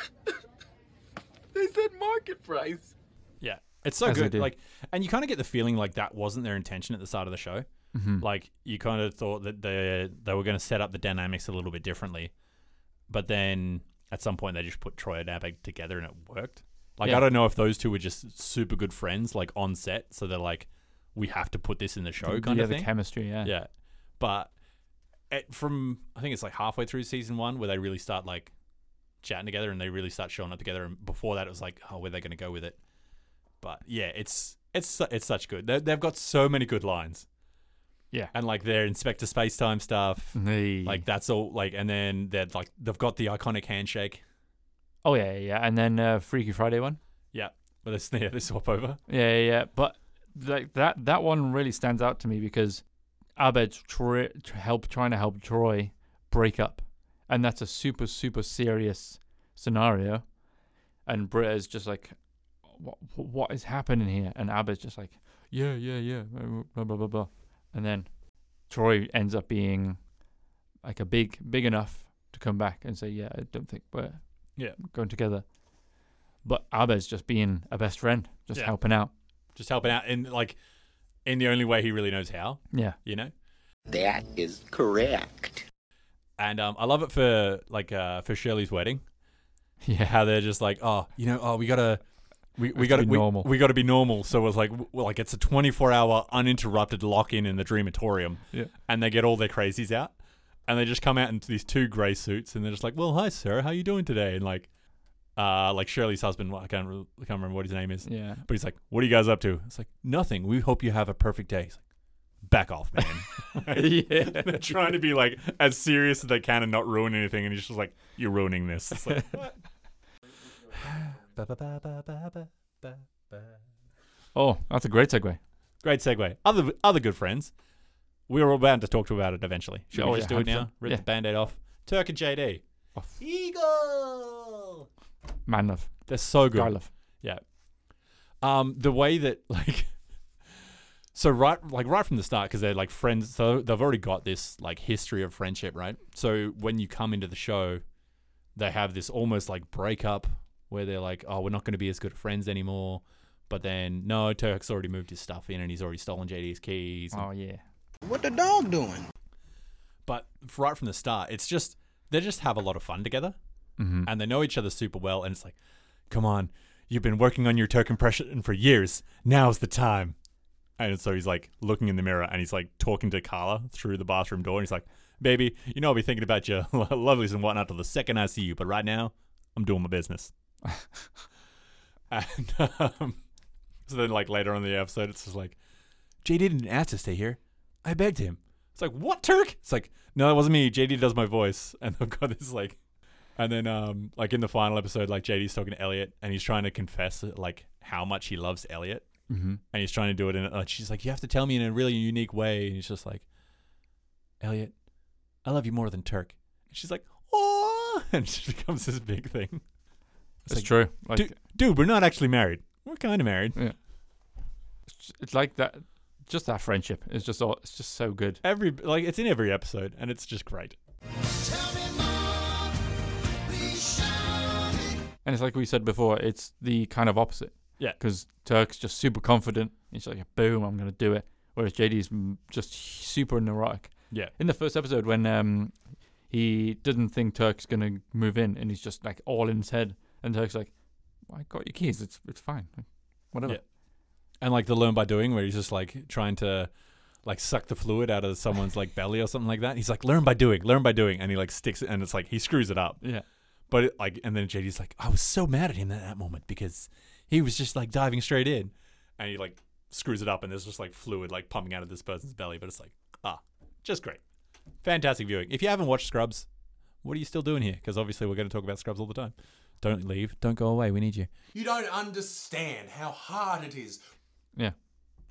Speaker 3: It's so
Speaker 1: As they
Speaker 3: good.
Speaker 1: do.
Speaker 3: Like and you kind of get the feeling like that wasn't their intention at the start of the show.
Speaker 1: Mm-hmm.
Speaker 3: Like you kind of thought that they they were going to set up the dynamics a little bit differently. But then at some point they just put Troy and Abed together and it worked. Like
Speaker 1: Yeah.
Speaker 3: I don't know if those two were just super good friends like on set so they're like we have to put this in the show kind
Speaker 1: yeah,
Speaker 3: of
Speaker 1: the
Speaker 3: thing.
Speaker 1: chemistry. Yeah.
Speaker 3: yeah. But it, from I think it's like halfway through season 1 where they really start like chatting together and they really start showing up together. And before that, it was like, oh, where are they going to go with it? But yeah, it's It's su- it's such good. they they've got so many good lines,
Speaker 1: Yeah. Mm-hmm.
Speaker 3: and like their Inspector Spacetime stuff.
Speaker 1: The-
Speaker 3: Like that's all. Like and then they're like they've got the iconic handshake.
Speaker 1: oh yeah, yeah, yeah, and then uh, Freaky Friday one.
Speaker 3: Yeah, but they, s- (laughs) yeah, they swap over.
Speaker 1: Yeah, yeah, yeah. But like that that one really stands out to me because Abed's try, tr- help trying to help Troy break up, and that's a super super serious scenario, and Britta's just like, what what is happening here? And Abed's just like, yeah, yeah, yeah, blah blah blah blah, and then Troy ends up being like a big big enough to come back and say, yeah, I don't think we're
Speaker 3: Yeah.
Speaker 1: going together. But Abed's just being a best friend, just
Speaker 3: Yeah.
Speaker 1: helping out.
Speaker 3: Just helping out in like in the only way he really knows how.
Speaker 1: Yeah.
Speaker 3: You know.
Speaker 8: That is correct.
Speaker 3: And um, I love it for like uh, for Shirley's wedding. (laughs)
Speaker 1: Yeah.
Speaker 3: How they're just like, oh, you know, oh, we gotta, we,
Speaker 1: to
Speaker 3: we gotta
Speaker 1: be
Speaker 3: we,
Speaker 1: normal.
Speaker 3: We gotta be normal. So it's like, well, like it's a twenty four hour uninterrupted lock in in the Dreamatorium.
Speaker 1: Yeah.
Speaker 3: And they get all their crazies out, and they just come out into these two grey suits, and they're just like, well, hi, sir, how you doing today? And like, uh, like Shirley's husband, I can't, re- I can't remember what his name is.
Speaker 1: Yeah.
Speaker 3: But he's like, "What are you guys up to?" It's like, "Nothing. We hope you have a perfect day." He's like, "Back off, man."
Speaker 1: (laughs)
Speaker 3: (laughs)
Speaker 1: Yeah.
Speaker 3: They're trying to be like as serious as they can and not ruin anything, and he's just like, "You're ruining this."
Speaker 1: (laughs)
Speaker 3: It's like, what?
Speaker 1: Oh, that's a great segue.
Speaker 3: Great segue. Other other good friends. We were all bound to talk to about it eventually. Should
Speaker 1: Oh,
Speaker 3: we just
Speaker 1: yeah,
Speaker 3: do it now?
Speaker 1: 100%.
Speaker 3: Rip
Speaker 1: Yeah.
Speaker 3: the band-aid off. Turk and JD. Eagle.
Speaker 1: Man love,
Speaker 3: They're so good.
Speaker 1: guy love.
Speaker 3: Yeah. Um, the way that (laughs) like, so right, like right from the start, because they're like friends. So they've already got this like history of friendship, right? So when you come into the show, they have this almost like breakup where they're like, oh, we're not going to be as good friends anymore. But then no, Turk's already moved his stuff in, and he's already stolen JD's keys. and-
Speaker 1: Oh yeah.
Speaker 2: What the dog doing?
Speaker 3: but f- right from the start, it's just they just have a lot of fun together, and they know each other super well. And it's like, come on, you've been working on your token impression for years. Now's the time. And so he's like looking in the mirror, and he's like talking to Carla through the bathroom door. And he's like, "Baby, you know I'll be thinking about your (laughs) lovelies and whatnot till the second I see you, but right now I'm doing my business." and um, so then, like later on in the episode, it's just like, "JD didn't ask to stay here. I begged him." It's like, what Turk? It's like, no, that wasn't me. JD does my voice, (laughs) and I've got this like, and then um, like in the final episode, like JD's talking to Elliot, and he's trying to confess like how much he loves Elliot, mm-hmm. and he's trying to do it, and uh, she's like, you have to tell me in a really unique way, and he's just like, Elliot, I love you more than Turk, and she's like, oh, (laughs) and it just becomes this big thing.
Speaker 1: It's, true. Like
Speaker 3: Dude, dude, we're not actually married. We're kind of married.
Speaker 1: it's- it's like that. Just that friendship is just all. It's just so good.
Speaker 3: Every like, it's in every episode, and it's just great.
Speaker 1: And it's like we said before. It's the kind of opposite.
Speaker 3: Yeah.
Speaker 1: Because Turk's just super confident. He's like, boom, I'm gonna do it. Whereas JD's m- just super neurotic.
Speaker 3: Yeah.
Speaker 1: In the first episode, when um, he doesn't think Turk's gonna move in, and he's just like all in his head, and Turk's like, I got your keys. It's it's fine. Like, whatever.
Speaker 3: Yeah. and like the learn by doing where he's just like trying to like suck the fluid out of someone's like belly or something like that. He's like learn by doing, learn by doing, and he like sticks it and it's like he screws it up.
Speaker 1: Yeah.
Speaker 3: But it, like and then JD's like I was so mad at him at that moment because he was just like diving straight in and he like screws it up and there's just like fluid like pumping out of this person's belly but it's like ah just great. Fantastic viewing. If you haven't watched Scrubs, what are you still doing here? Because obviously we're going to talk about Scrubs all the time. Don't leave. Don't go away. We need you.
Speaker 11: You don't understand how hard it is.
Speaker 1: Yeah.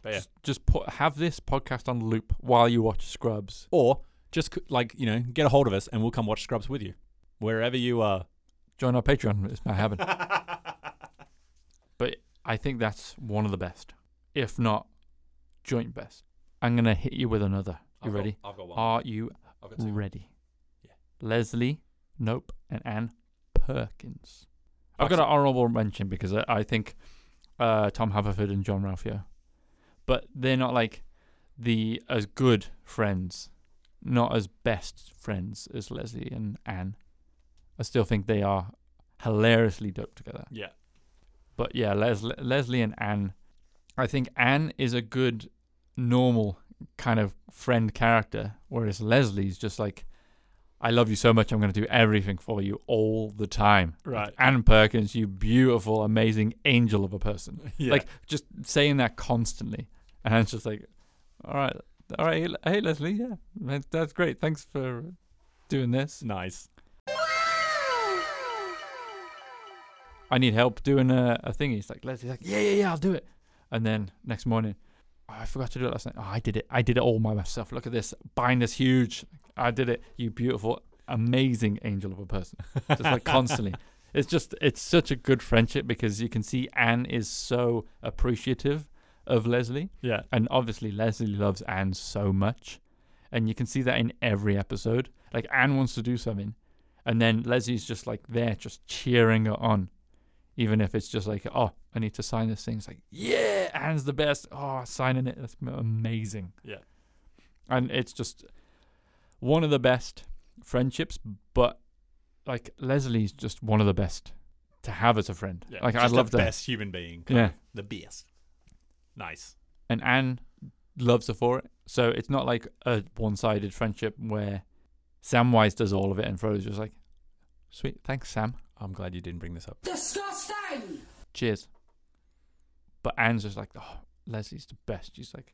Speaker 3: But yeah.
Speaker 1: just put have this podcast on loop while you watch Scrubs.
Speaker 3: or just c- like you know get a hold of us and we'll come watch scrubs with you wherever you are
Speaker 1: Join our Patreon. It's not
Speaker 3: (laughs)
Speaker 1: happening. but I think that's one of the best, if not joint best. I'm gonna hit you with another. You
Speaker 3: I've got-
Speaker 1: ready? Oh.
Speaker 3: I've got one.
Speaker 1: Are you
Speaker 3: I've got two.
Speaker 1: ready?
Speaker 3: Yeah.
Speaker 1: Leslie, nope, and Anne Perkins. I've got an honourable mention because I, I think uh, Tom Haverford and John Ralphio, but they're not like the as good friends, not as best friends as Leslie and Anne. I still think they are hilariously dope together.
Speaker 3: yeah
Speaker 1: But yeah, Les- Leslie and Anne. I think Anne is a good, normal kind of friend character, whereas Leslie's just like I love you so much, I'm going to do everything for you all the time.
Speaker 3: Right.
Speaker 1: Anne Perkins, you beautiful, amazing angel of a person.
Speaker 3: (laughs) Yeah.
Speaker 1: Like, just saying that constantly. And it's just like, all right, all right, hey, Le- hey Leslie, yeah, that- that's great. Thanks for doing this.
Speaker 3: Nice.
Speaker 1: I need help doing a, a thing. He's like, Leslie's like, yeah, yeah, yeah, I'll do it. And then next morning, "Oh, I forgot to do it last night. Oh, I did it. I did it all by myself. Look at this. Bind is huge. I did it. You beautiful, amazing angel of a person. (laughs) Just like constantly. It's just, it's such a good friendship because you can see Anne is so appreciative of Leslie.
Speaker 3: Yeah.
Speaker 1: And obviously, Leslie loves Anne so much. And you can see that in every episode. Like, Anne wants to do something. And then Leslie's just like there, just cheering her on. Even if it's just like, oh, I need to sign this thing. It's like, yeah, Anne's the best. Oh, signing it. That's m- amazing.
Speaker 3: Yeah.
Speaker 1: And it's just one of the best friendships. But like, Leslie's just one of the best to have as a friend.
Speaker 3: yeah.
Speaker 1: like, I
Speaker 3: Just
Speaker 1: love
Speaker 3: the
Speaker 1: that.
Speaker 3: best human being. kind
Speaker 1: Yeah.
Speaker 3: of. The best. Nice.
Speaker 1: and Anne loves her for it. So it's not like a one-sided friendship where Samwise does all of it and Frodo's just like, "Sweet, thanks, Sam.
Speaker 3: I'm glad you didn't bring this up.
Speaker 12: Disgusting!
Speaker 1: Cheers." But Anne's just like, "Oh, Leslie's the best. She's like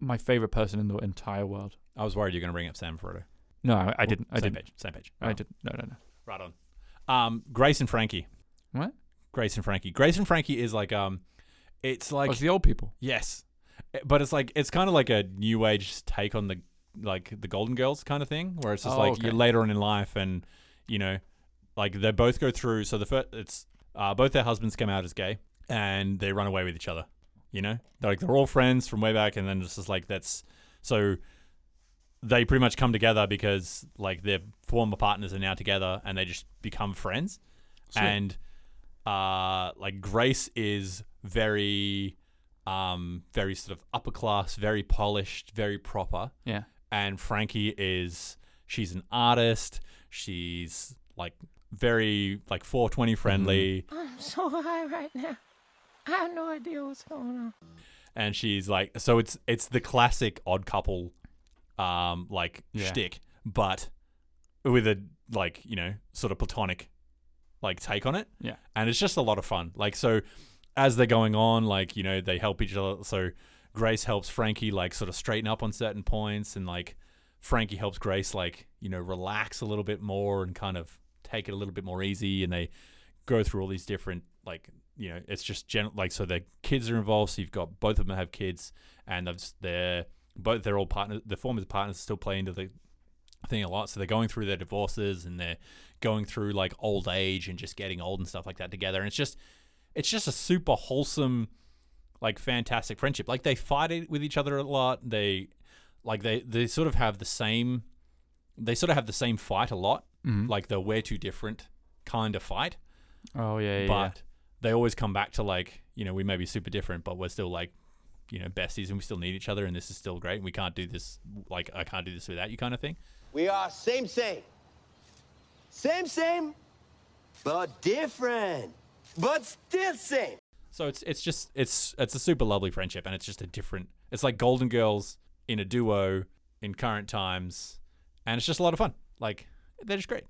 Speaker 1: my favorite person in the entire world."
Speaker 3: I was worried you were going to bring up Sam Frodo.
Speaker 1: No, I, I didn't. I
Speaker 3: Same
Speaker 1: didn't.
Speaker 3: page. Same page.
Speaker 1: I didn't. No, no, no.
Speaker 3: Right on. Um, Grace and Frankie.
Speaker 1: What?
Speaker 3: Grace and Frankie. Grace and Frankie is like um, it's like
Speaker 1: Like the old people.
Speaker 3: yes, Eh, but it's like it's kind of like a new age take on the like the Golden Girls kind of thing, where it's just
Speaker 1: Oh,
Speaker 3: like
Speaker 1: okay.
Speaker 3: you're later on in life, and you know, like they both go through. So the first, it's uh, both their husbands come out as gay, and they run away with each other. You know, they're like they're all friends from way back, and then it's just like that's so they pretty much come together because like their former partners are now together and they just become friends. And uh like Grace is very um very sort of upper class, very polished, very proper.
Speaker 1: Yeah.
Speaker 3: And Frankie is she's an artist. She's like very like 420 friendly
Speaker 12: I'm (laughs) so high right now. I have no idea what's going on.
Speaker 3: and she's like so it's it's the classic odd couple um like
Speaker 1: Yeah.
Speaker 3: shtick but with a like you know sort of platonic like take on it
Speaker 1: Yeah.
Speaker 3: and it's just a lot of fun like so as they're going on like you know they help each other so grace helps frankie like sort of straighten up on certain points and like frankie helps grace like you know relax a little bit more and kind of take it a little bit more easy and they go through all these different like you know it's just gen- like so their kids are involved so you've got both of them have kids and they've, s- they're both they're all partners the former partners still play into the thing a lot so they're going through their divorces and they're going through like old age and just getting old and stuff like that together and it's just it's just a super wholesome like fantastic friendship like they fight it with each other a lot they like they they sort of have the same they sort of have the same fight a lot like the we're too different kind of fight
Speaker 1: Oh yeah, yeah.
Speaker 3: but they always come back to like you know we may be super different but we're still like you know besties and we still need each other and this is still great and we can't do this like i can't do this without you kind of thing
Speaker 11: We are same, same. Same, same, but different. But still same.
Speaker 3: so it's it's just it's it's a super lovely friendship and it's just a different it's like golden girls in a duo in current times and it's just a lot of fun like they're just great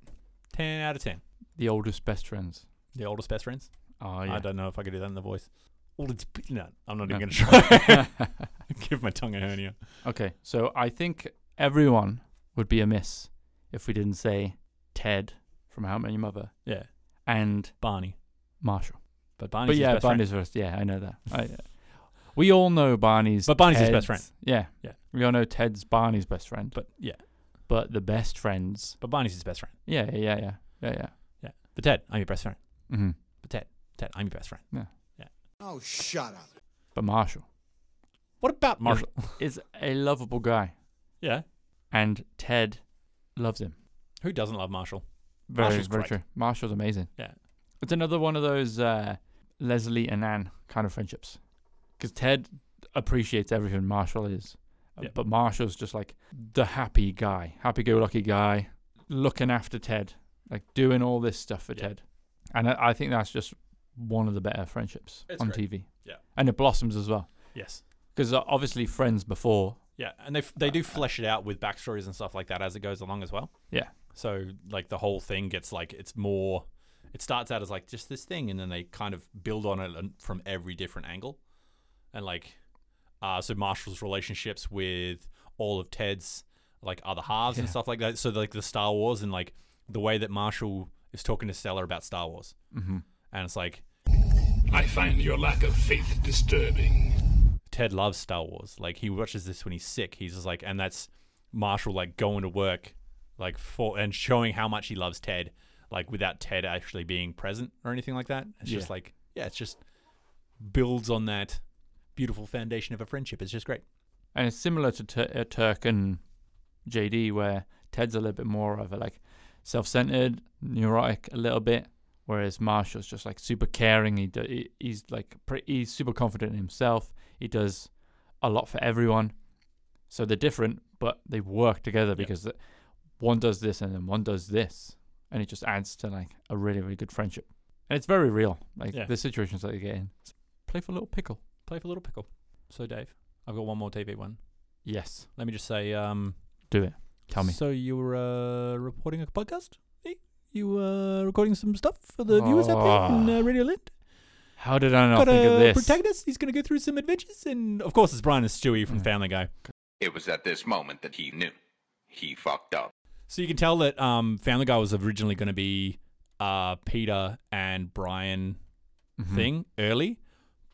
Speaker 3: 10 out of 10
Speaker 1: the oldest best friends.
Speaker 3: the oldest best friends
Speaker 1: Oh
Speaker 3: i
Speaker 1: yeah.
Speaker 3: don't know if i could do that in the voice oldest be- no i'm not
Speaker 1: No.
Speaker 3: even
Speaker 1: (laughs)
Speaker 3: gonna try (laughs) give my tongue a hernia
Speaker 1: Okay, so I think everyone would be amiss if we didn't say Ted from How I Met Your Mother
Speaker 3: yeah
Speaker 1: and
Speaker 3: barney
Speaker 1: Marshall.
Speaker 3: but barney's
Speaker 1: But
Speaker 3: his
Speaker 1: yeah,
Speaker 3: best friend.
Speaker 1: Barney's first. Yeah, I know that.
Speaker 3: (laughs)
Speaker 1: I, uh, we all know Barney's.
Speaker 3: But Barney's his best
Speaker 1: Ted's- Yeah,
Speaker 3: Yeah.
Speaker 1: We all know Ted's Barney's best friend, but
Speaker 3: but yeah
Speaker 1: but the best friends.
Speaker 3: But Barney's his best friend.
Speaker 1: Yeah, yeah, yeah, yeah, yeah.
Speaker 3: Yeah. But Ted, I'm your best friend.
Speaker 1: Mm-hmm.
Speaker 3: But Ted, Ted, I'm your best friend.
Speaker 2: Oh, shut up.
Speaker 1: But Marshall
Speaker 3: What about Marshall?
Speaker 1: is a lovable guy,
Speaker 3: yeah.
Speaker 1: and Ted loves him.
Speaker 3: Who doesn't love Marshall?
Speaker 1: Very,
Speaker 3: Marshall's
Speaker 1: very
Speaker 3: great.
Speaker 1: true. Marshall's amazing.
Speaker 3: Yeah.
Speaker 1: It's another one of those uh, Leslie and Anne kind of friendships. Because Ted appreciates everything Marshall is. uh,
Speaker 3: Yeah.
Speaker 1: But Marshall's just like the happy guy, happy go lucky guy, looking after Ted, like doing all this stuff for
Speaker 3: Yeah.
Speaker 1: Ted. And I, I think that's just one of the better friendships
Speaker 3: It's
Speaker 1: on
Speaker 3: great.
Speaker 1: TV.
Speaker 3: Yeah.
Speaker 1: And it blossoms as well.
Speaker 3: Yes.
Speaker 1: Because obviously, friends before
Speaker 3: Yeah, and they f- they do flesh it out with backstories and stuff like that as it goes along as well.
Speaker 1: Yeah.
Speaker 3: So like the whole thing gets like it's more. It starts out as like just this thing, and then they kind of build on it and- from every different angle, and like, uh, so Marshall's relationships with all of Ted's like other halves and stuff like that. So like the Star Wars and like the way that Marshall is talking to Stella about Star Wars,
Speaker 1: Mm-hmm.
Speaker 3: and it's like
Speaker 9: I find your lack of faith disturbing.
Speaker 3: Ted loves Star Wars. Like he watches this when he's sick. He's just like, and that's Marshall like going to work, like for and showing how much he loves Ted, like without Ted actually being present or anything like that. It's just
Speaker 1: Yeah.
Speaker 3: like, yeah, it's just builds on that beautiful foundation of a friendship. It's just great.
Speaker 1: And it's similar to Tur- uh, Turk and JD, where Ted's a little bit more of a like self-centered, neurotic a little bit, whereas Marshall's just like super caring. He, do, he he's like pre- he's super confident in himself. He does a lot for everyone. So they're different, but they work together because the, one does this and then one does this, and it just adds to like a really really good friendship. And it's very real, like
Speaker 3: Yeah.
Speaker 1: the situations that you get in. Play for little pickle.
Speaker 3: Play for little pickle. So Dave, I've got one more TV one.
Speaker 1: Yes,
Speaker 3: Let me just say, um,
Speaker 1: do it. Tell me.
Speaker 3: So you were uh, reporting a podcast? Eh? You were recording some stuff for the viewers out there
Speaker 1: Ah.
Speaker 3: in uh, Radio Lit?
Speaker 1: How did I not
Speaker 3: got
Speaker 1: think
Speaker 3: a
Speaker 1: of this?
Speaker 3: uh, protagonist. He's going to go through some adventures, and of course, it's Brian and Stewie
Speaker 1: Hmm.
Speaker 3: from Family Guy.
Speaker 13: It was at this moment that he knew. He fucked up.
Speaker 3: So you can tell that um, Family Guy was originally going to be uh, Peter and Brian
Speaker 1: Mhm.
Speaker 3: thing early,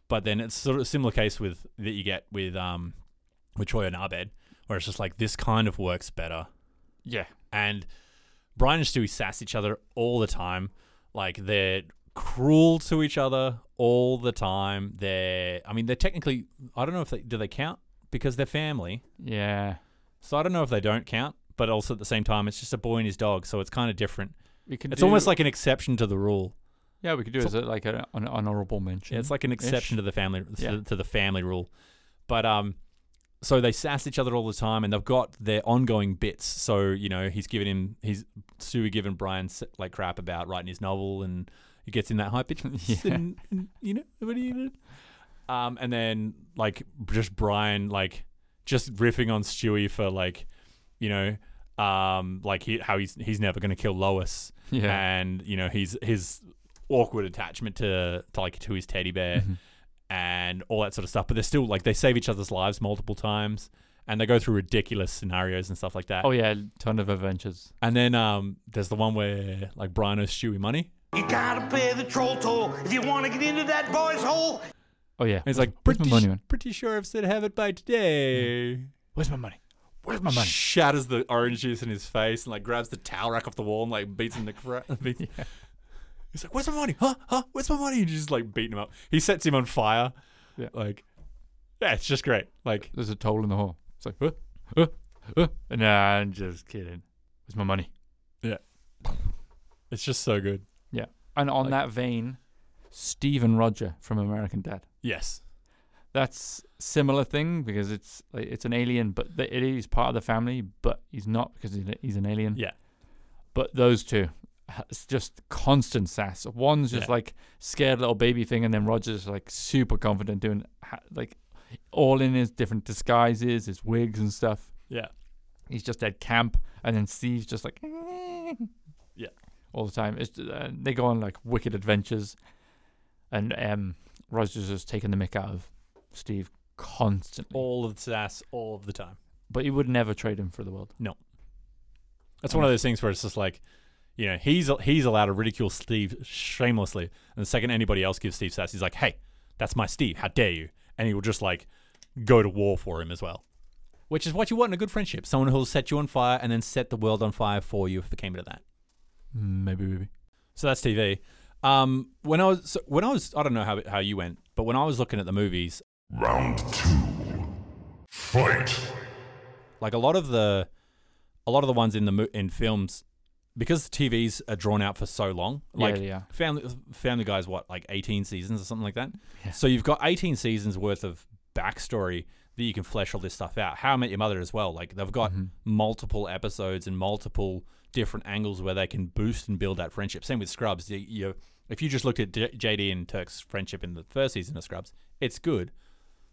Speaker 3: but then it's sort of a similar case with that you get with um, with Troy and Abed, where it's just like this kind of works better.
Speaker 1: Yeah.
Speaker 3: and Brian and Stewie sass each other all the time. Like they're cruel to each other all the time. They're, I mean, they're technically. I don't know if they do they count because they're family.
Speaker 1: Yeah.
Speaker 3: So I don't know if they don't count, but also at the same time, it's just a boy and his dog, so it's kind of different.
Speaker 1: We can
Speaker 3: it's
Speaker 1: do-
Speaker 3: almost like an exception to the rule.
Speaker 1: Yeah, we could do it
Speaker 3: So-
Speaker 1: as a, like a, an honorable mention.
Speaker 3: Yeah, it's like an exception to the family to,
Speaker 1: Yeah.
Speaker 3: to the family rule. But um, so they sass each other all the time, and they've got their ongoing bits. So you know, he's given him he's Stewie given Brian s- like crap about writing his novel, and he gets in that high pitch, and, and, you know, what do you do? Um, and then like just Brian like just riffing on Stewie for like, you know, um, like he, how he's he's never gonna kill Lois,
Speaker 1: Yeah.
Speaker 3: and you know he's his awkward attachment to, to like to his teddy bear
Speaker 1: Mhm.
Speaker 3: and all that sort of stuff. But they're still like they save each other's lives multiple times, and they go through ridiculous scenarios and stuff like that.
Speaker 1: Oh yeah, ton of adventures.
Speaker 3: And then um, there's the one where like Brian owes Stewie money.
Speaker 11: You gotta pay the troll toll if you wanna get into that boy's hole.
Speaker 1: Oh yeah.
Speaker 3: And he's like,
Speaker 1: Where's my
Speaker 3: pretty,
Speaker 1: money, man?"
Speaker 3: pretty sure I've said have it by today.
Speaker 1: Where's my money? Where's my money?
Speaker 3: Shatters the orange juice in his face and like grabs the towel rack off the wall and like beats him the crap. He's like, "Where's my money? Huh? Huh? Where's my money?" And he's just like beating him up. He sets him on fire.
Speaker 1: Yeah.
Speaker 3: Like, yeah, it's just great. Like,
Speaker 1: There's a toll in the hall. It's like, huh, huh, huh. Nah, I'm just kidding. Where's my money?
Speaker 3: yeah, it's just so good.
Speaker 1: Yeah. And on that vein, Stephen Roger from American Dad.
Speaker 3: Yes.
Speaker 1: That's similar thing because it's like it's an alien, but th- it is part of the family, but he's not because he's a- he's an alien.
Speaker 3: Yeah.
Speaker 1: But those two, ha- it's just constant sass. One's just
Speaker 3: Yeah.
Speaker 1: like scared little baby thing, and then Roger's like super confident, doing ha- like all in his different disguises, his wigs and stuff.
Speaker 3: Yeah.
Speaker 1: He's just at camp, and then Steve's just like (laughs)
Speaker 3: Yeah.
Speaker 1: all the time. It's, uh, they go on like wicked adventures, and um, Roger's just taking the mick out of Steve constantly.
Speaker 3: All of the sass, all of the time.
Speaker 1: But he would never trade him for the world.
Speaker 3: No. That's one of those things where it's just like, you know, he's he's allowed to ridicule Steve shamelessly, and the second anybody else gives Steve sass, he's like, "Hey, that's my Steve. How dare you?" And he will just like go to war for him as well, which is what you want in a good friendship: someone who'll set you on fire and then set the world on fire for you if it came to that.
Speaker 1: Maybe, maybe.
Speaker 3: So that's TV. Um, when I was so when I was I don't know how how you went, but when I was looking at the movies,
Speaker 4: Round two. Fight.
Speaker 3: like a lot of the a lot of the ones in the mo- in films because the TVs are drawn out for so long
Speaker 1: Yeah,
Speaker 3: like
Speaker 1: they are.
Speaker 3: family family guys what like 18 seasons or something like that so you've got 18 seasons worth of backstory that you can flesh all this stuff out how i met your mother as well like they've got
Speaker 1: Mm-hmm.
Speaker 3: multiple episodes and multiple different angles where they can boost and build that friendship same with scrubs you, you if you just looked at J- jd and turk's friendship in the first season of scrubs it's good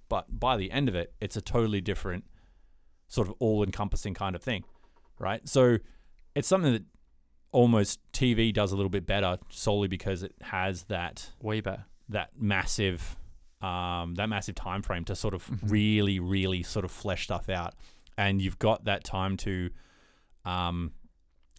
Speaker 3: but by the end of it it's a totally different sort of all encompassing kind of thing, right? So it's something that almost TV does a little bit better solely because it has that
Speaker 1: way better
Speaker 3: that massive um, that massive time frame to sort of really really sort of flesh stuff out, and you've got that time to um,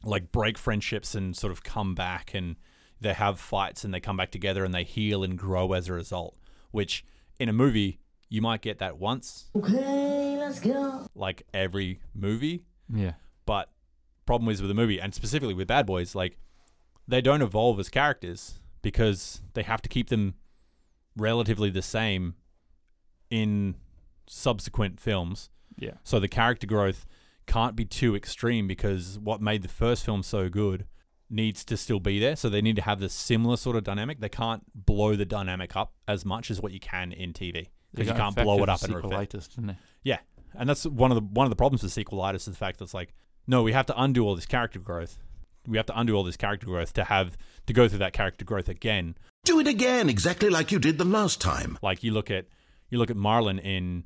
Speaker 3: like break friendships and sort of come back and they have fights and they come back together and they heal and grow as a result. Which in a movie you might get that once,
Speaker 14: Okay, let's go.
Speaker 3: like every movie.
Speaker 1: Yeah.
Speaker 3: But problem is with the movie, and specifically with Bad Boys, like they don't evolve as characters because they have to keep them relatively the same in subsequent films.
Speaker 1: Yeah.
Speaker 3: So the character growth can't be too extreme because what made the first film so good needs to still be there. So they need to have the similar sort of dynamic. They can't blow the dynamic up as much as what you can in TV
Speaker 1: They
Speaker 3: because you
Speaker 1: got
Speaker 3: can't blow it up
Speaker 1: infected
Speaker 3: and
Speaker 1: with
Speaker 3: refit.
Speaker 1: sequelitis, didn't they?
Speaker 3: Yeah, and that's one of the one of the problems with sequelitis is the fact that it's like, no, we have to undo all this character growth. We have to undo all this character growth to have to go through that character growth again.
Speaker 15: Do it again, exactly like you did the last time.
Speaker 3: Like you look at you look at Marlin in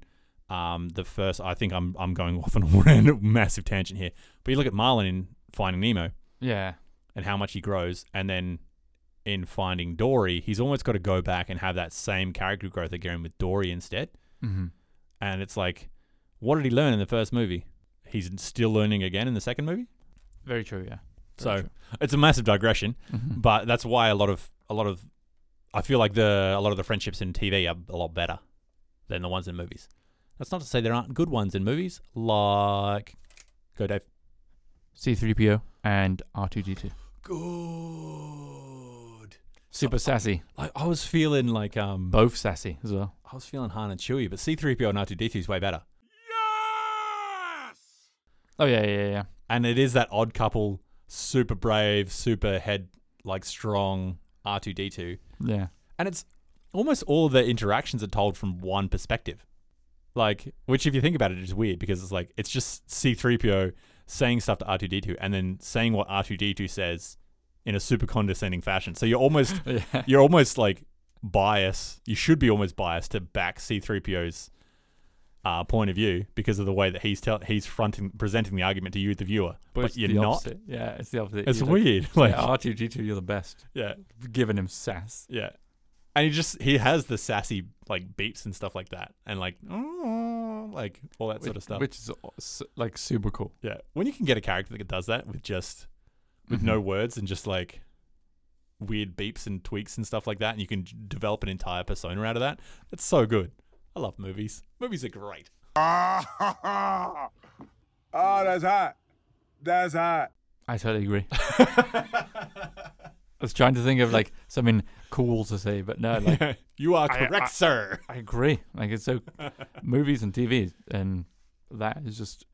Speaker 3: um, the first. I think I'm I'm going off on a (laughs) random massive tangent here, but you look at Marlin in Finding Nemo.
Speaker 1: Yeah.
Speaker 3: and how much he grows, and then in Finding Dory, he's almost got to go back and have that same character growth again with Dory instead.
Speaker 1: Mhm.
Speaker 3: And it's like, what did he learn in the first movie? He's still learning again in the second movie.
Speaker 1: Very true. Yeah.
Speaker 3: So it's a massive digression,
Speaker 1: Mhm.
Speaker 3: but that's why a lot of a lot of I feel like the a lot of the friendships in TV are a lot better than the ones in movies. That's not to say there aren't good ones in movies, like go Dave.
Speaker 1: C3PO and R2D2.
Speaker 3: Good.
Speaker 1: Super sassy.
Speaker 3: I, I was feeling like um
Speaker 1: Both sassy as well.
Speaker 3: I was feeling Han and Chewie, but C3PO and R2D2 is way better.
Speaker 1: Oh yeah, yeah, yeah.
Speaker 3: And it is that odd couple, super brave, super head like strong R2D2.
Speaker 1: Yeah.
Speaker 3: And it's almost all of their interactions are told from one perspective. Like, which if you think about it is weird because it's like it's just C3PO saying stuff to R2D2 and then saying what R2D2 says in a super condescending fashion. So
Speaker 1: (laughs)
Speaker 3: you're almost you're almost like biased. You should be almost biased to back C3PO's uh, point of view because of the way that he's tell- he's fronting presenting the argument to you the viewer. But,
Speaker 1: it's
Speaker 3: you're
Speaker 1: the
Speaker 3: not.
Speaker 1: opposite. Yeah, it's the opposite.
Speaker 3: It's
Speaker 1: You're
Speaker 3: weird, like-
Speaker 1: yeah, R2D2, you're the best.
Speaker 3: Yeah.
Speaker 1: Giving him sass.
Speaker 3: Yeah. And he just he has the sassy like beeps and stuff like that and like like all that
Speaker 1: Which-
Speaker 3: sort of stuff.
Speaker 1: Which is aw- s- like super cool.
Speaker 3: Yeah, when you can get a character that does that with just with no words and just like weird beeps and tweaks and stuff like that, and you can j- develop an entire persona out of that. It's so good. I love movies. Movies are great.
Speaker 16: oh, that's hot. That's hot.
Speaker 1: I totally
Speaker 3: (laughs)
Speaker 1: agree. I was trying to think of like something cool to say, but no,
Speaker 3: (laughs)
Speaker 1: like
Speaker 3: You are
Speaker 1: I-
Speaker 3: correct,
Speaker 1: I-
Speaker 3: sir.
Speaker 1: I agree. Like it's so movies and TV and that is just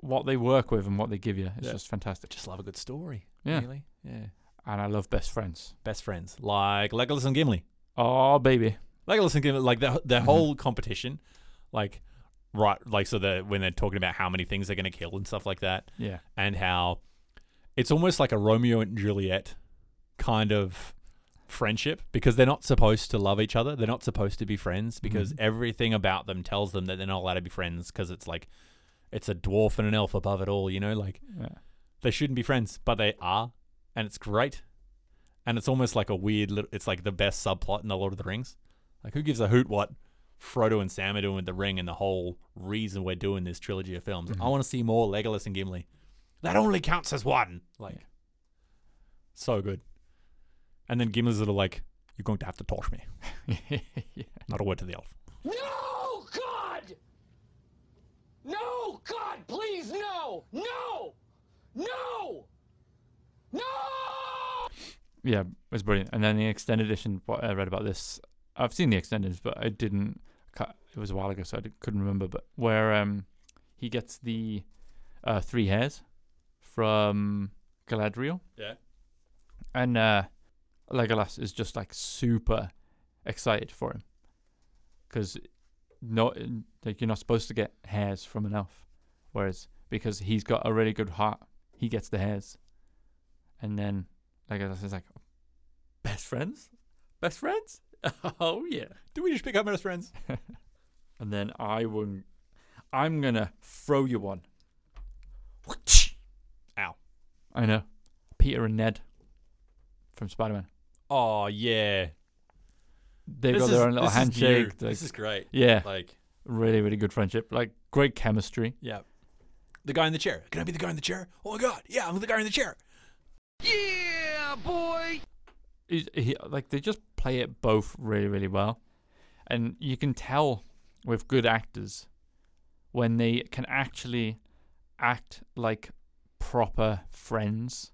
Speaker 1: what they work with and what they give you. It's
Speaker 3: Yeah.
Speaker 1: just fantastic.
Speaker 3: Just love a good story.
Speaker 1: Yeah.
Speaker 3: Really? Yeah.
Speaker 1: And I love best friends.
Speaker 3: Best friends like Legolas and Gimli.
Speaker 1: Oh baby.
Speaker 3: Legolas and Gimli, like the the whole competition, like right, like so that when they're talking about how many things they're going to kill and stuff like that,
Speaker 1: Yeah.
Speaker 3: and how it's almost like a Romeo and Juliet kind of friendship because they're not supposed to love each other, they're not supposed to be friends because
Speaker 1: Mhm.
Speaker 3: everything about them tells them that they're not allowed to be friends because it's like it's a dwarf and an elf above it all, you know, like
Speaker 1: Yeah.
Speaker 3: they shouldn't be friends, but they are, and it's great. And it's almost like a weird little. It's like the best subplot in the Lord of the Rings. Like, who gives a hoot what Frodo and Sam are doing with the ring and the whole reason we're doing this trilogy of films? I want to see more Legolas and Gimli. That only counts as one. Like, so good. And then Gimli's little like, you're going to have to torch (laughs) me. Not a word to the elf.
Speaker 17: No, God! No, God, please, no! No! No! No!
Speaker 1: Yeah, it's brilliant. And then the extended edition, what I read about this, I've seen the extended, but I didn't. ca- It was a while ago, so I di- couldn't remember. But where um, he gets the uh, three hairs from Galadriel.
Speaker 3: Yeah.
Speaker 1: And uh, Legolas is just like super excited for him because no, like you're not supposed to get hairs from an elf, whereas because he's got a really good heart, he gets the hairs, and then Legolas is like, best
Speaker 3: (laughs)
Speaker 1: friends, best friends. oh yeah.
Speaker 3: Do we just become best friends?
Speaker 1: and then I wouldn't. I'm gonna throw you one.
Speaker 3: Ow.
Speaker 1: I know. Peter and Ned from Spider Man.
Speaker 3: Oh yeah.
Speaker 1: They've
Speaker 3: This
Speaker 1: got
Speaker 3: is-
Speaker 1: their own little
Speaker 3: this is new.
Speaker 1: handshake. like-
Speaker 3: This is great.
Speaker 1: Yeah.
Speaker 3: Like-
Speaker 1: really, really good friendship. Like great chemistry.
Speaker 3: Yeah. The guy in the chair. Can I be the guy in the chair? Oh my god. Yeah, I'm the guy in the chair.
Speaker 17: Yeah, boy.
Speaker 1: He's- he- like they just play it both really, really well, and you can tell with good actors when they can actually act like proper friends,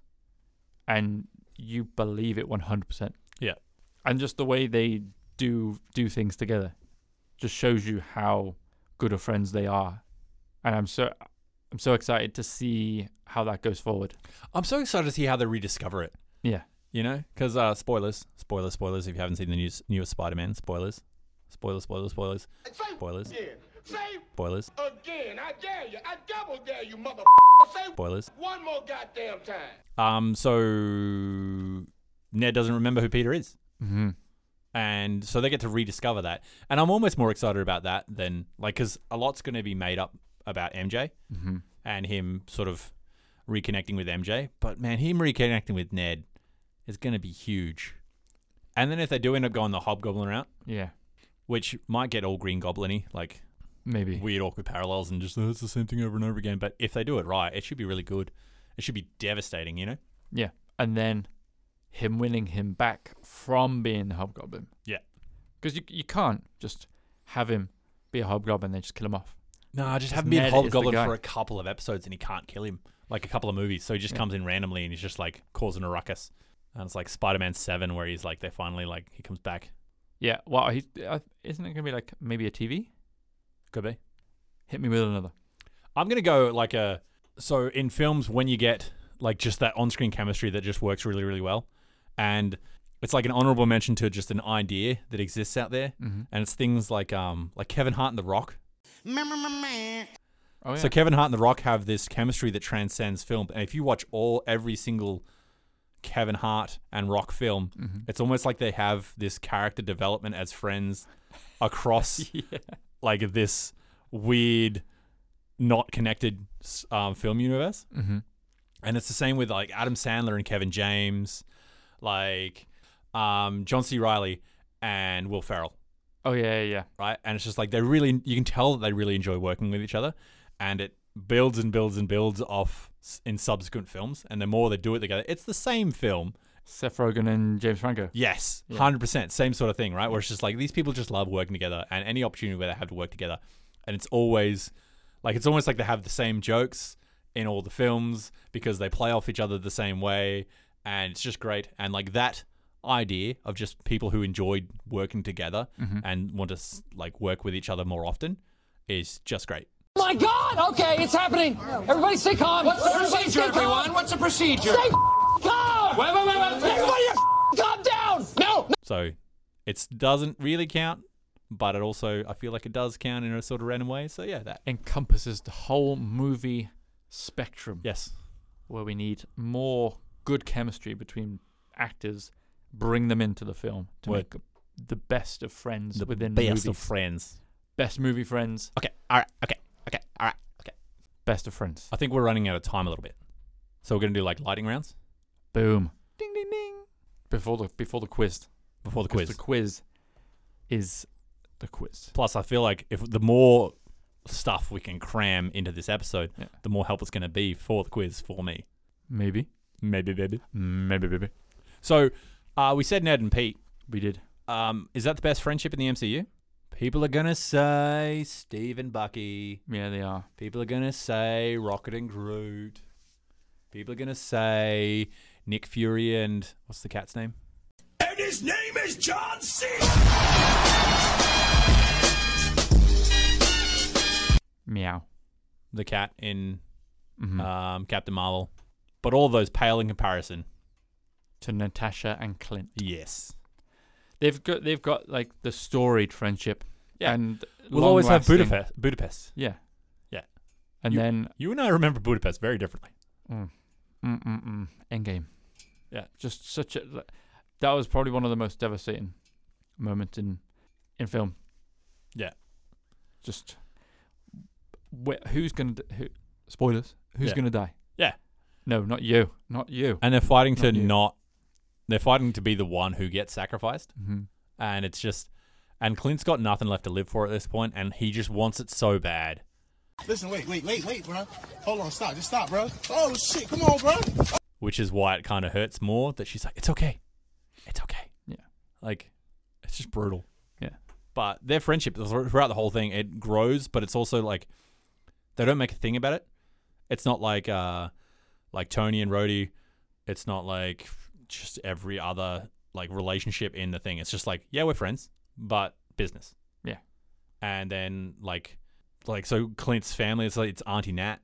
Speaker 1: and you believe it one hundred percent.
Speaker 3: Yeah.
Speaker 1: and just the way they do do things together just shows you how good of friends they are, and I'm so I'm so excited to see how that goes forward.
Speaker 3: I'm so excited to see how they rediscover it.
Speaker 1: Yeah.
Speaker 3: You know, because uh, spoilers, spoilers, spoilers. If you haven't seen the news, newest Spider-Man, spoilers, spoilers, spoilers, spoilers, spoilers,
Speaker 17: Again. Say
Speaker 3: spoilers,
Speaker 17: again. I dare you. I double dare you, mother. Say
Speaker 3: spoilers.
Speaker 17: one more goddamn time.
Speaker 3: Um, so Ned doesn't remember who Peter is,
Speaker 1: Mm-hmm.
Speaker 3: and so they get to rediscover that. And I'm almost more excited about that than like because a lot's going to be made up about MJ
Speaker 1: Mhm.
Speaker 3: and him sort of reconnecting with MJ. But man, him reconnecting with Ned is going to be huge. And then if they do end up going the Hobgoblin route,
Speaker 1: Yeah,
Speaker 3: which might get all Green Goblin-y, like
Speaker 1: maybe.
Speaker 3: weird awkward parallels and just "Oh, it's the same thing over and over again. But if they do it right, it should be really good. It should be devastating, you know?
Speaker 1: Yeah, and then him winning him back from being the hobgoblin.
Speaker 3: Yeah.
Speaker 1: because you you can't just have him be a hobgoblin and then just kill him off.
Speaker 3: No,
Speaker 1: Because
Speaker 3: just have him be
Speaker 1: Ned
Speaker 3: a
Speaker 1: is the
Speaker 3: Hobgoblin
Speaker 1: guy.
Speaker 3: for a couple of episodes and he can't kill him. Like a couple of movies. So he just
Speaker 1: Yeah.
Speaker 3: comes in randomly and he's just like causing a ruckus. And it's like Spider Man 7 where he's like, they finally like, he comes back.
Speaker 1: Yeah, well, he uh, isn't it gonna be like maybe a TV?
Speaker 3: Could be.
Speaker 1: Hit me with another.
Speaker 3: I'm gonna go like a so in films when you get like just that on-screen chemistry that just works really really well, and it's like an honorable mention to just an idea that exists out there,
Speaker 1: Mhm.
Speaker 3: and it's things like um like Kevin Hart and The Rock.
Speaker 1: Oh yeah.
Speaker 3: So Kevin Hart and The Rock have this chemistry that transcends film, and if you watch all every single Kevin Hart and Rock film,
Speaker 1: Mhm.
Speaker 3: it's almost like they have this character development
Speaker 1: (laughs)
Speaker 3: as friends across like this weird, not connected s- um, film universe.
Speaker 1: Mhm.
Speaker 3: And it's the same with like Adam Sandler and Kevin James, like um, John C. Riley and Will Ferrell
Speaker 1: Oh yeah, yeah, yeah.
Speaker 3: right? And it's just like they really, you can tell that they really enjoy working with each other, and it builds and builds and builds off s- in subsequent films. And the more they do it together, it's the same film.
Speaker 1: Seth Rogen and James Franco.
Speaker 3: Yes,
Speaker 1: Yeah.
Speaker 3: hundred percent, same sort of thing, right? Where it's just like these people just love working together, and any opportunity where they have to work together, and it's always like it's almost like they have the same jokes in all the films because they play off each other the same way, and it's just great. And like that idea of just people who enjoyed working together
Speaker 17: Mhm.
Speaker 3: and want to s- like work with each other more often is just great.
Speaker 17: Oh my God! Okay, it's happening. Everybody, stay calm.
Speaker 18: What's the
Speaker 17: Everybody
Speaker 18: procedure,
Speaker 17: stay calm.
Speaker 18: everyone? What's the procedure?
Speaker 17: Stay calm.
Speaker 18: Wait, wait, wait, wait.
Speaker 17: Everybody, calm down. No,
Speaker 3: So it doesn't really count, but it also I feel like it does count in a sort of random way. So yeah, that
Speaker 1: encompasses the whole movie spectrum.
Speaker 3: Yes.
Speaker 1: Where we need more good chemistry between actors, bring them into the film to
Speaker 3: Word.
Speaker 1: make the best of friends
Speaker 3: The
Speaker 1: within
Speaker 3: best of
Speaker 1: movies.
Speaker 3: friends.
Speaker 1: Best movie friends.
Speaker 3: Okay, all right, okay, okay, all right, okay.
Speaker 1: Best of friends.
Speaker 3: I think we're running out of time a little bit, so we're gonna do like lighting rounds.
Speaker 1: Boom. Ding ding ding. Before the before the quiz.
Speaker 3: Before the
Speaker 1: 'Cause
Speaker 3: quiz.
Speaker 1: The quiz is the quiz.
Speaker 3: Plus, I feel like if the more stuff we can cram into this episode, the more help it's gonna be for the quiz for me.
Speaker 1: Maybe.
Speaker 3: Maybe, baby.
Speaker 1: Maybe, baby.
Speaker 3: So, uh, we said Ned and Pete.
Speaker 1: We did.
Speaker 3: Um, is that the best friendship in the MCU? People are gonna say Steve and Bucky.
Speaker 1: Yeah, they are.
Speaker 3: People are gonna say Rocket and Groot. People are gonna say Nick Fury and what's the cat's name?
Speaker 17: And his name is John C.
Speaker 1: Meow.
Speaker 3: the cat in
Speaker 1: Mhm.
Speaker 3: um, Captain Marvel, but all those pale in comparison.
Speaker 1: To Natasha and Clint.
Speaker 3: Yes.
Speaker 1: They've got they've got like the storied friendship.
Speaker 3: Yeah.
Speaker 1: And
Speaker 3: We'll always have
Speaker 1: long-lasting-
Speaker 3: Budapest. Budapest.
Speaker 1: Yeah.
Speaker 3: Yeah.
Speaker 1: And
Speaker 3: You-
Speaker 1: then
Speaker 3: you and I remember Budapest very differently.
Speaker 1: Mm. Mm mm mm. Endgame.
Speaker 3: Yeah.
Speaker 1: Just such a. li- That was probably one of the most devastating moments in in film.
Speaker 3: Yeah.
Speaker 1: Just wh- who's going to who, spoilers? Who's
Speaker 3: Yeah.
Speaker 1: going to die?
Speaker 3: Yeah.
Speaker 1: No, not you. Not you.
Speaker 3: And they're fighting to
Speaker 1: Not you.
Speaker 3: not. They're fighting to be the one who gets sacrificed,
Speaker 1: Mhm.
Speaker 3: and it's just. And Clint's got nothing left to live for at this point, and he just wants it so bad.
Speaker 2: Listen, wait, wait, wait, wait, bro. Hold on, stop, just stop, bro. Oh shit, come on, bro.
Speaker 3: which is why it kind of hurts more that she's like, it's okay. It's okay.
Speaker 1: Yeah.
Speaker 3: Like, it's just brutal.
Speaker 1: Yeah.
Speaker 3: But their friendship thr- throughout the whole thing, it grows, but it's also like they don't make a thing about it. It's not like uh like Tony and Rhodey. It's not like just every other like relationship in the thing. It's just like, yeah, we're friends, but business.
Speaker 1: Yeah.
Speaker 3: And then like like so Clint's family, it's like it's Auntie Nat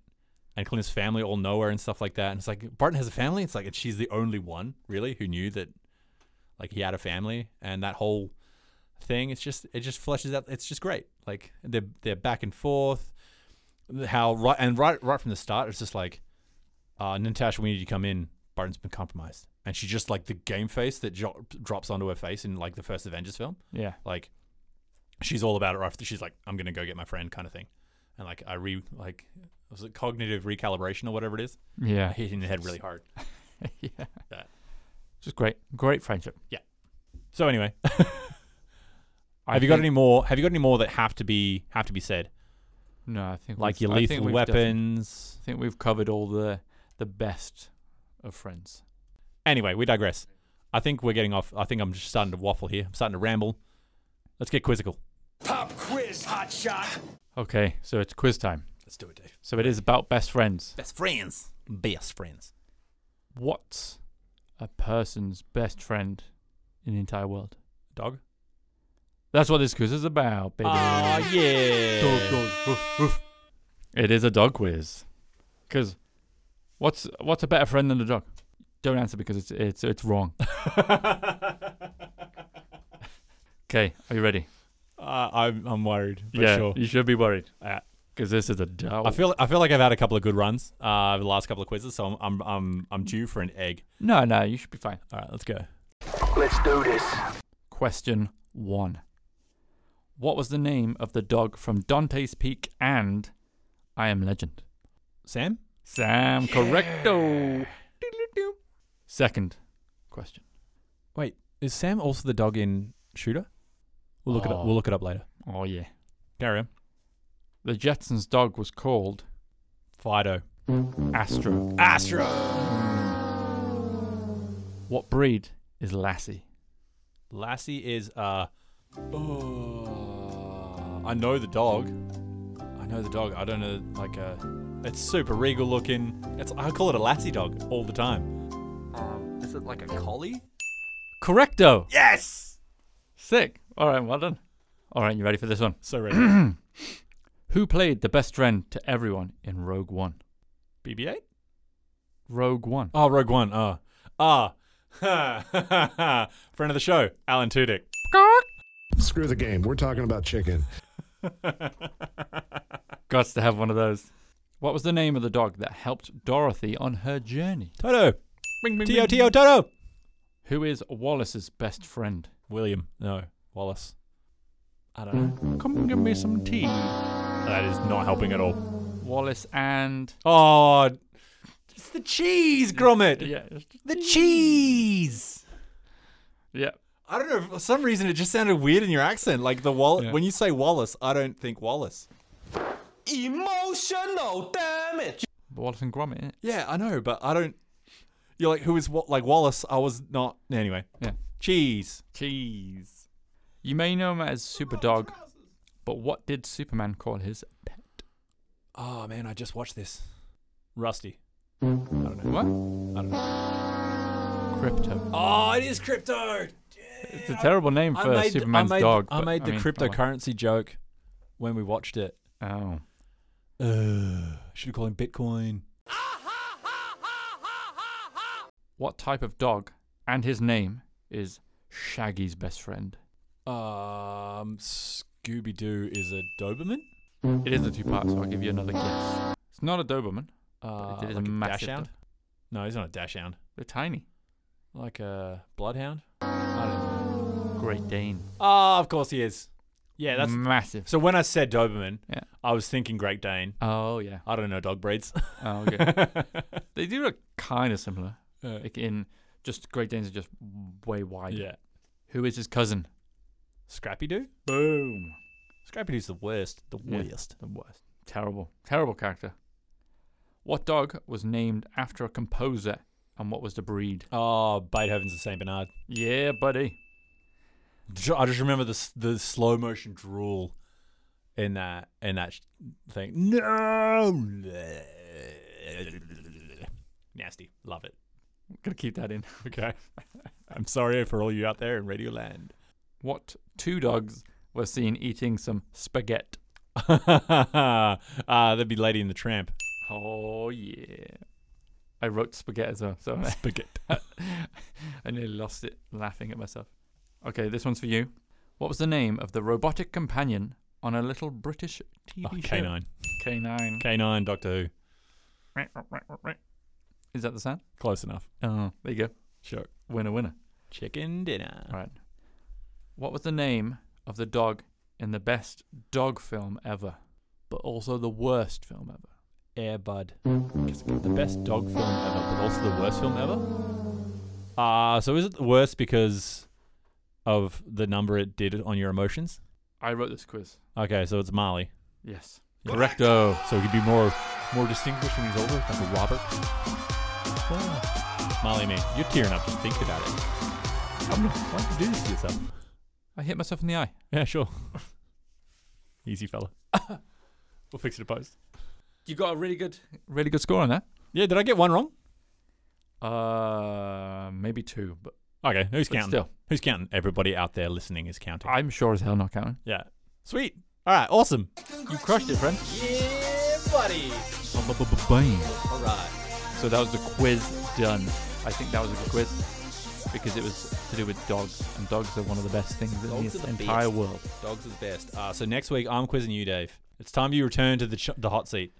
Speaker 3: and Clint's family all know her and stuff like that. And it's like Barton has a family. It's like and she's the only one really who knew that like he had a family and that whole thing. It's just it just fleshes out. It's just great. Like they're they're back and forth. How right and right right from the start, it's just like, uh, Natasha, we need you to come in. Barton's been compromised, and she just like the game face that jo- drops onto her face in like the first Avengers film.
Speaker 1: Yeah.
Speaker 3: like she's all about it. Right, after- she's like, I'm gonna go get my friend, kind of thing. And like I re like was it cognitive recalibration or whatever it is? (laughs)
Speaker 1: Yeah.
Speaker 3: hitting the head really hard.
Speaker 1: yeah.
Speaker 3: That.
Speaker 1: Just great, great friendship.
Speaker 3: Yeah. So (laughs) anyway,
Speaker 1: I
Speaker 3: have you got
Speaker 1: think-
Speaker 3: any more? Have you got any more that have to be have to be said?
Speaker 1: No, I think
Speaker 3: like
Speaker 1: we've-
Speaker 3: your
Speaker 1: I think
Speaker 3: lethal
Speaker 1: we've defi-
Speaker 3: weapons.
Speaker 1: I think we've covered all the the best of friends.
Speaker 3: Anyway, we digress. I think we're getting off. I think I'm just starting to waffle here. I'm starting to ramble. Let's get quizzical.
Speaker 17: Pop quiz, hot shot.
Speaker 1: Okay, so it's quiz time.
Speaker 3: Let's do it, Dave.
Speaker 1: So it is about best friends.
Speaker 3: Best friends. Best friends.
Speaker 1: What's a person's best friend in the entire world?
Speaker 3: Dog.
Speaker 1: That's what this quiz is about, baby.
Speaker 3: Ah, yeah.
Speaker 1: Dog, dog, woof, woof. It is a dog quiz. Because what's what's a better friend than a dog? Don't answer because it's it's it's
Speaker 3: (laughs)
Speaker 1: wrong. okay, are you ready?
Speaker 3: Uh, I'm I'm worried. For
Speaker 1: yeah,
Speaker 3: sure.
Speaker 1: you should be worried.
Speaker 3: Yeah.
Speaker 1: Because this is a dog.
Speaker 3: I feel I feel like I've had a couple of good runs uh, the last couple of quizzes, so I'm I'm I'm, I'm due for an egg.
Speaker 1: no, no, you should be fine.
Speaker 3: All right, let's go.
Speaker 17: Let's do this.
Speaker 1: Question one. What was the name of the dog from Dante's Peak and I Am Legend?
Speaker 3: Sam.
Speaker 1: Sam correcto. Doodle-doo. Second question.
Speaker 3: Wait, is Sam also the dog in Shooter? We'll look it
Speaker 1: Oh.
Speaker 3: up. We'll look it up later.
Speaker 1: Oh yeah.
Speaker 3: Carry on.
Speaker 1: The Jetsons dog was called
Speaker 3: Fido.
Speaker 1: Astro.
Speaker 3: Astro.
Speaker 1: What breed is Lassie?
Speaker 3: Lassie is uh. Oh, I know the dog. I know the dog. I don't know like uh It's super regal looking. It's I call it a Lassie dog all the time. Um, is it like a collie?
Speaker 1: Correcto.
Speaker 3: Yes.
Speaker 1: Sick. All right, well done. All right, you ready for this one?
Speaker 3: So (clears throat) ready.
Speaker 1: Who played the best friend to everyone in Rogue One?
Speaker 3: BB-8.
Speaker 1: Rogue One.
Speaker 3: Oh, Rogue One. Ah, ah, (laughs) friend of the show, Alan Tudyk.
Speaker 18: Screw the game. We're talking about chicken.
Speaker 1: Gots to have one of those. What was the name of the dog that helped Dorothy on her journey?
Speaker 3: Toto.
Speaker 1: Bing, bing,
Speaker 3: Tio
Speaker 1: bing.
Speaker 3: Tio Toto.
Speaker 1: Who is Wallace's best friend?
Speaker 3: William. No, Wallace. I don't know.
Speaker 1: Come give me some tea.
Speaker 3: That is not helping at all.
Speaker 1: Wallace and
Speaker 3: Oh, it's the cheese, Gromit.
Speaker 1: Oh, yeah,
Speaker 3: The cheese.
Speaker 1: yeah.
Speaker 3: I don't know. For some reason, it just sounded weird in your accent. Like the Wall.
Speaker 1: Yeah.
Speaker 3: When you say Wallace, I don't think Wallace.
Speaker 11: Emotional damage.
Speaker 1: Wallace and Gromit. innit?
Speaker 3: Yeah, I know, but I don't. You're like, who is what? Like Wallace? I was not. Anyway,
Speaker 1: Yeah.
Speaker 3: cheese.
Speaker 1: Cheese. You may know him as Superdog, but what did Superman call his pet?
Speaker 3: Oh man, I just watched this. Rusty.
Speaker 1: What?
Speaker 3: I don't know.
Speaker 1: Crypto.
Speaker 3: Oh, it is crypto.
Speaker 1: It's a terrible name for Superman's
Speaker 3: I made,
Speaker 1: dog.
Speaker 3: I
Speaker 1: but,
Speaker 3: made the
Speaker 1: mean, oh well.
Speaker 3: cryptocurrency joke when we watched it.
Speaker 1: Oh.
Speaker 3: Uh, should have called him Bitcoin.
Speaker 1: What type of dog and his name is Shaggy's best friend?
Speaker 3: Um, Scooby Doo is a Doberman.
Speaker 1: It is a two part, so I'll give you another guess. It's not a Doberman.
Speaker 3: Uh,
Speaker 1: But it is a
Speaker 3: like
Speaker 1: massive
Speaker 3: dashhound.
Speaker 1: dog.
Speaker 3: No, he's not a dashhound.
Speaker 1: They're tiny.
Speaker 3: Like a
Speaker 1: (laughs)
Speaker 3: bloodhound. I don't know.
Speaker 1: Great Dane.
Speaker 3: Ah, of course he is. Yeah, that's
Speaker 1: massive.
Speaker 3: So when I said Doberman,
Speaker 1: Yeah.
Speaker 3: I was thinking Great Dane.
Speaker 1: Oh (laughs) yeah.
Speaker 3: I don't know dog breeds.
Speaker 1: Oh, okay. they do look kind of similar. Like in just Great Danes are just way wide.
Speaker 3: Yeah.
Speaker 1: Who is his cousin?
Speaker 3: Scrappy Doo?
Speaker 1: Boom.
Speaker 3: Scrappy Doo's the worst. The
Speaker 1: Yeah,
Speaker 3: worst.
Speaker 1: The worst. Terrible. Terrible character. What dog was named after a composer and what was the breed?
Speaker 3: Oh, Beethoven's the St. Bernard.
Speaker 1: Yeah, buddy.
Speaker 3: Ju- I just remember the s- the slow motion drool in that in that sh- thing. No, nasty. Love it.
Speaker 1: Gonna keep that in.
Speaker 3: Okay. I'm sorry for all you out there in Radio Land.
Speaker 1: What two dogs were seen eating some spaghetti?
Speaker 3: (laughs) uh, that'd be Lady and the Tramp.
Speaker 1: Oh yeah. I wrote spaghetti as well, so
Speaker 3: Spaghetti.
Speaker 1: (laughs)
Speaker 3: (laughs)
Speaker 1: I nearly lost it laughing at myself. Okay, this one's for you. What was the name of the robotic companion on a little British TV
Speaker 3: Oh,
Speaker 1: show?
Speaker 3: K9.
Speaker 1: K9.
Speaker 3: K9, Doctor Who.
Speaker 1: Is that the sound?
Speaker 3: Close enough.
Speaker 1: Oh, there you go.
Speaker 3: Sure.
Speaker 1: Winner, winner.
Speaker 3: Chicken dinner.
Speaker 1: All right. What was the name of the dog in the best dog film ever, but also the worst film ever?
Speaker 3: Air Bud. The best dog film ever, but also the worst film ever. Uh, so is it the worst because of the number it did on your emotions?
Speaker 1: I wrote this quiz.
Speaker 3: Okay, so it's Marley.
Speaker 1: Yes.
Speaker 3: Correcto. So he could be more more distinguished when he's older, like a Robert. Wow. Molly, man, you're tearing up just thinking about it. I'm not, why don't you do this to yourself?
Speaker 1: I hit myself in the eye.
Speaker 3: Yeah, sure. (laughs) Easy fella. (coughs) we'll fix it in post.
Speaker 1: You got a really good, really good score on that.
Speaker 3: Yeah, did I get one wrong?
Speaker 1: Uh, maybe two, but
Speaker 3: Okay, who's
Speaker 1: But
Speaker 3: counting?
Speaker 1: still.
Speaker 3: Who's counting? Everybody out there listening is counting.
Speaker 1: I'm sure as hell not counting.
Speaker 3: yeah. Sweet. All right, awesome.
Speaker 1: You crushed it, friend.
Speaker 11: Yeah, buddy.
Speaker 1: Bam.
Speaker 11: All right.
Speaker 1: So that was the quiz done. I think that was a good quiz because it was to do with dogs, and dogs are one of the best things in
Speaker 3: Dogs
Speaker 1: this
Speaker 3: are the
Speaker 1: entire
Speaker 3: best.
Speaker 1: world.
Speaker 3: Dogs are the best. Uh, so next week, I'm quizzing you, Dave. It's time you return to the, ch- the hot seat.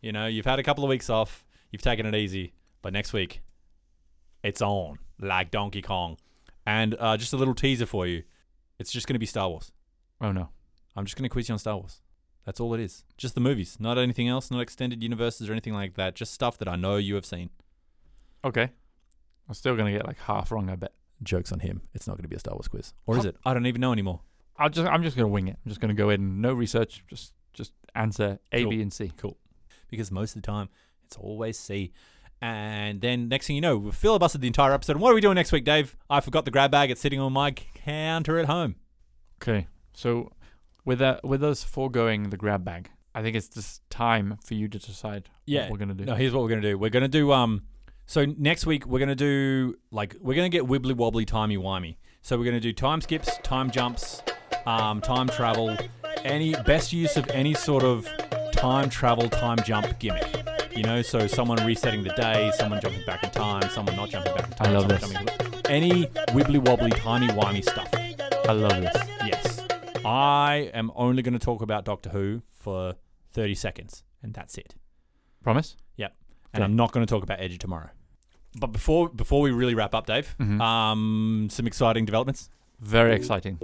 Speaker 3: You know, you've had a couple of weeks off, you've taken it easy, but next week, it's on like Donkey Kong. And uh, just a little teaser for you it's just going to be Star Wars.
Speaker 1: Oh no,
Speaker 3: I'm just going to quiz you on Star Wars. That's all it is. Just the movies, not anything else, not extended universes or anything like that. Just stuff that I know you have seen.
Speaker 1: Okay. I'm still going to get like half wrong, I bet.
Speaker 3: Joke's on him. It's not going to be a Star Wars quiz. Or is it? I don't even know anymore.
Speaker 1: I'll just I'm just going to wing it. I'm just going to go in no research, just just answer A,
Speaker 3: Cool.
Speaker 1: B and C.
Speaker 3: Cool. Because most of the time, it's always C. And then next thing you know, we've filibustered the entire episode. And what are we doing next week, Dave? I forgot the grab bag. It's sitting on my counter at home.
Speaker 1: Okay. So with that with us foregoing the grab bag, I think it's just time for you to decide what we're going to do.
Speaker 3: No, here's what we're gonna do. We're gonna do um. So next week we're gonna do like we're gonna get wibbly wobbly timey wimey. So we're gonna do time skips, time jumps, um, time travel, any best use of any sort of time travel, time jump gimmick. You know, so someone resetting the day, someone jumping back in time, someone not jumping back in time.
Speaker 1: I love
Speaker 3: someone
Speaker 1: this.
Speaker 3: jumping- any wibbly wobbly timey wimey stuff.
Speaker 1: I love this.
Speaker 3: Yes. I am only gonna talk about Doctor Who for 30 seconds, and that's it.
Speaker 1: Promise?
Speaker 3: Yep. And
Speaker 1: Okay.
Speaker 3: I'm not going to talk about Edge of Tomorrow. But before before we really wrap up, Dave,
Speaker 1: Mhm.
Speaker 3: um, some exciting developments.
Speaker 1: Very exciting.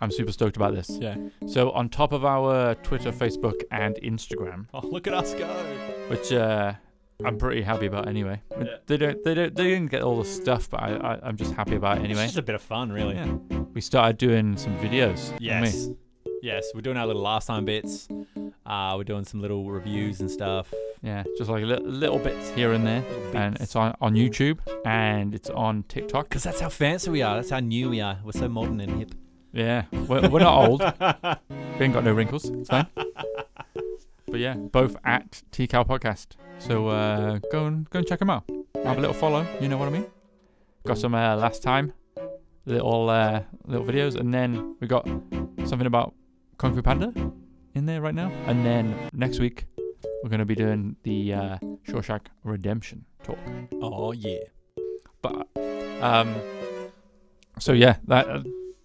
Speaker 1: I'm super stoked about this.
Speaker 3: Yeah.
Speaker 1: So on top of our Twitter, Facebook and Instagram,
Speaker 3: Oh, look at us go!
Speaker 1: which uh I'm pretty happy about anyway. They don't they don't they didn't get all the stuff, but I, I I'm just happy about it
Speaker 3: It's
Speaker 1: anyway.
Speaker 3: just a bit of fun, really.
Speaker 1: Yeah. We started doing some videos. didn't we?
Speaker 3: Yes. Yes, we're doing our little last time bits. Uh, we're doing some little reviews and stuff.
Speaker 1: Yeah, just like little, little bits here and there.
Speaker 3: Little
Speaker 1: And
Speaker 3: bits.
Speaker 1: it's on, on YouTube and it's on TikTok.
Speaker 3: Because that's how fancy we are. That's how new we are. We're so modern and hip.
Speaker 1: Yeah, we're, we're not old. we ain't got no wrinkles. It's fine. but yeah, both at TCal Podcast. So uh, go and go and check them out. Have a little follow. You know what I mean. Got some uh, last time, little uh, little videos, and then we got something about Kung Fu Panda in there right now. And then next week we're gonna be doing the uh, Shawshank Redemption talk.
Speaker 3: Oh, yeah.
Speaker 1: But um, so yeah, that uh,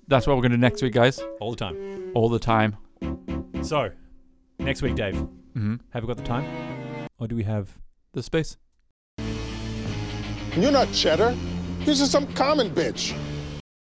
Speaker 1: that's what we're gonna do next week, guys.
Speaker 3: All the time.
Speaker 1: All the time.
Speaker 3: So, next week, Dave,
Speaker 1: Mm-hmm.
Speaker 3: have we got the time? Or do we have.
Speaker 1: The space.
Speaker 2: You're not cheddar. You're just some common bitch.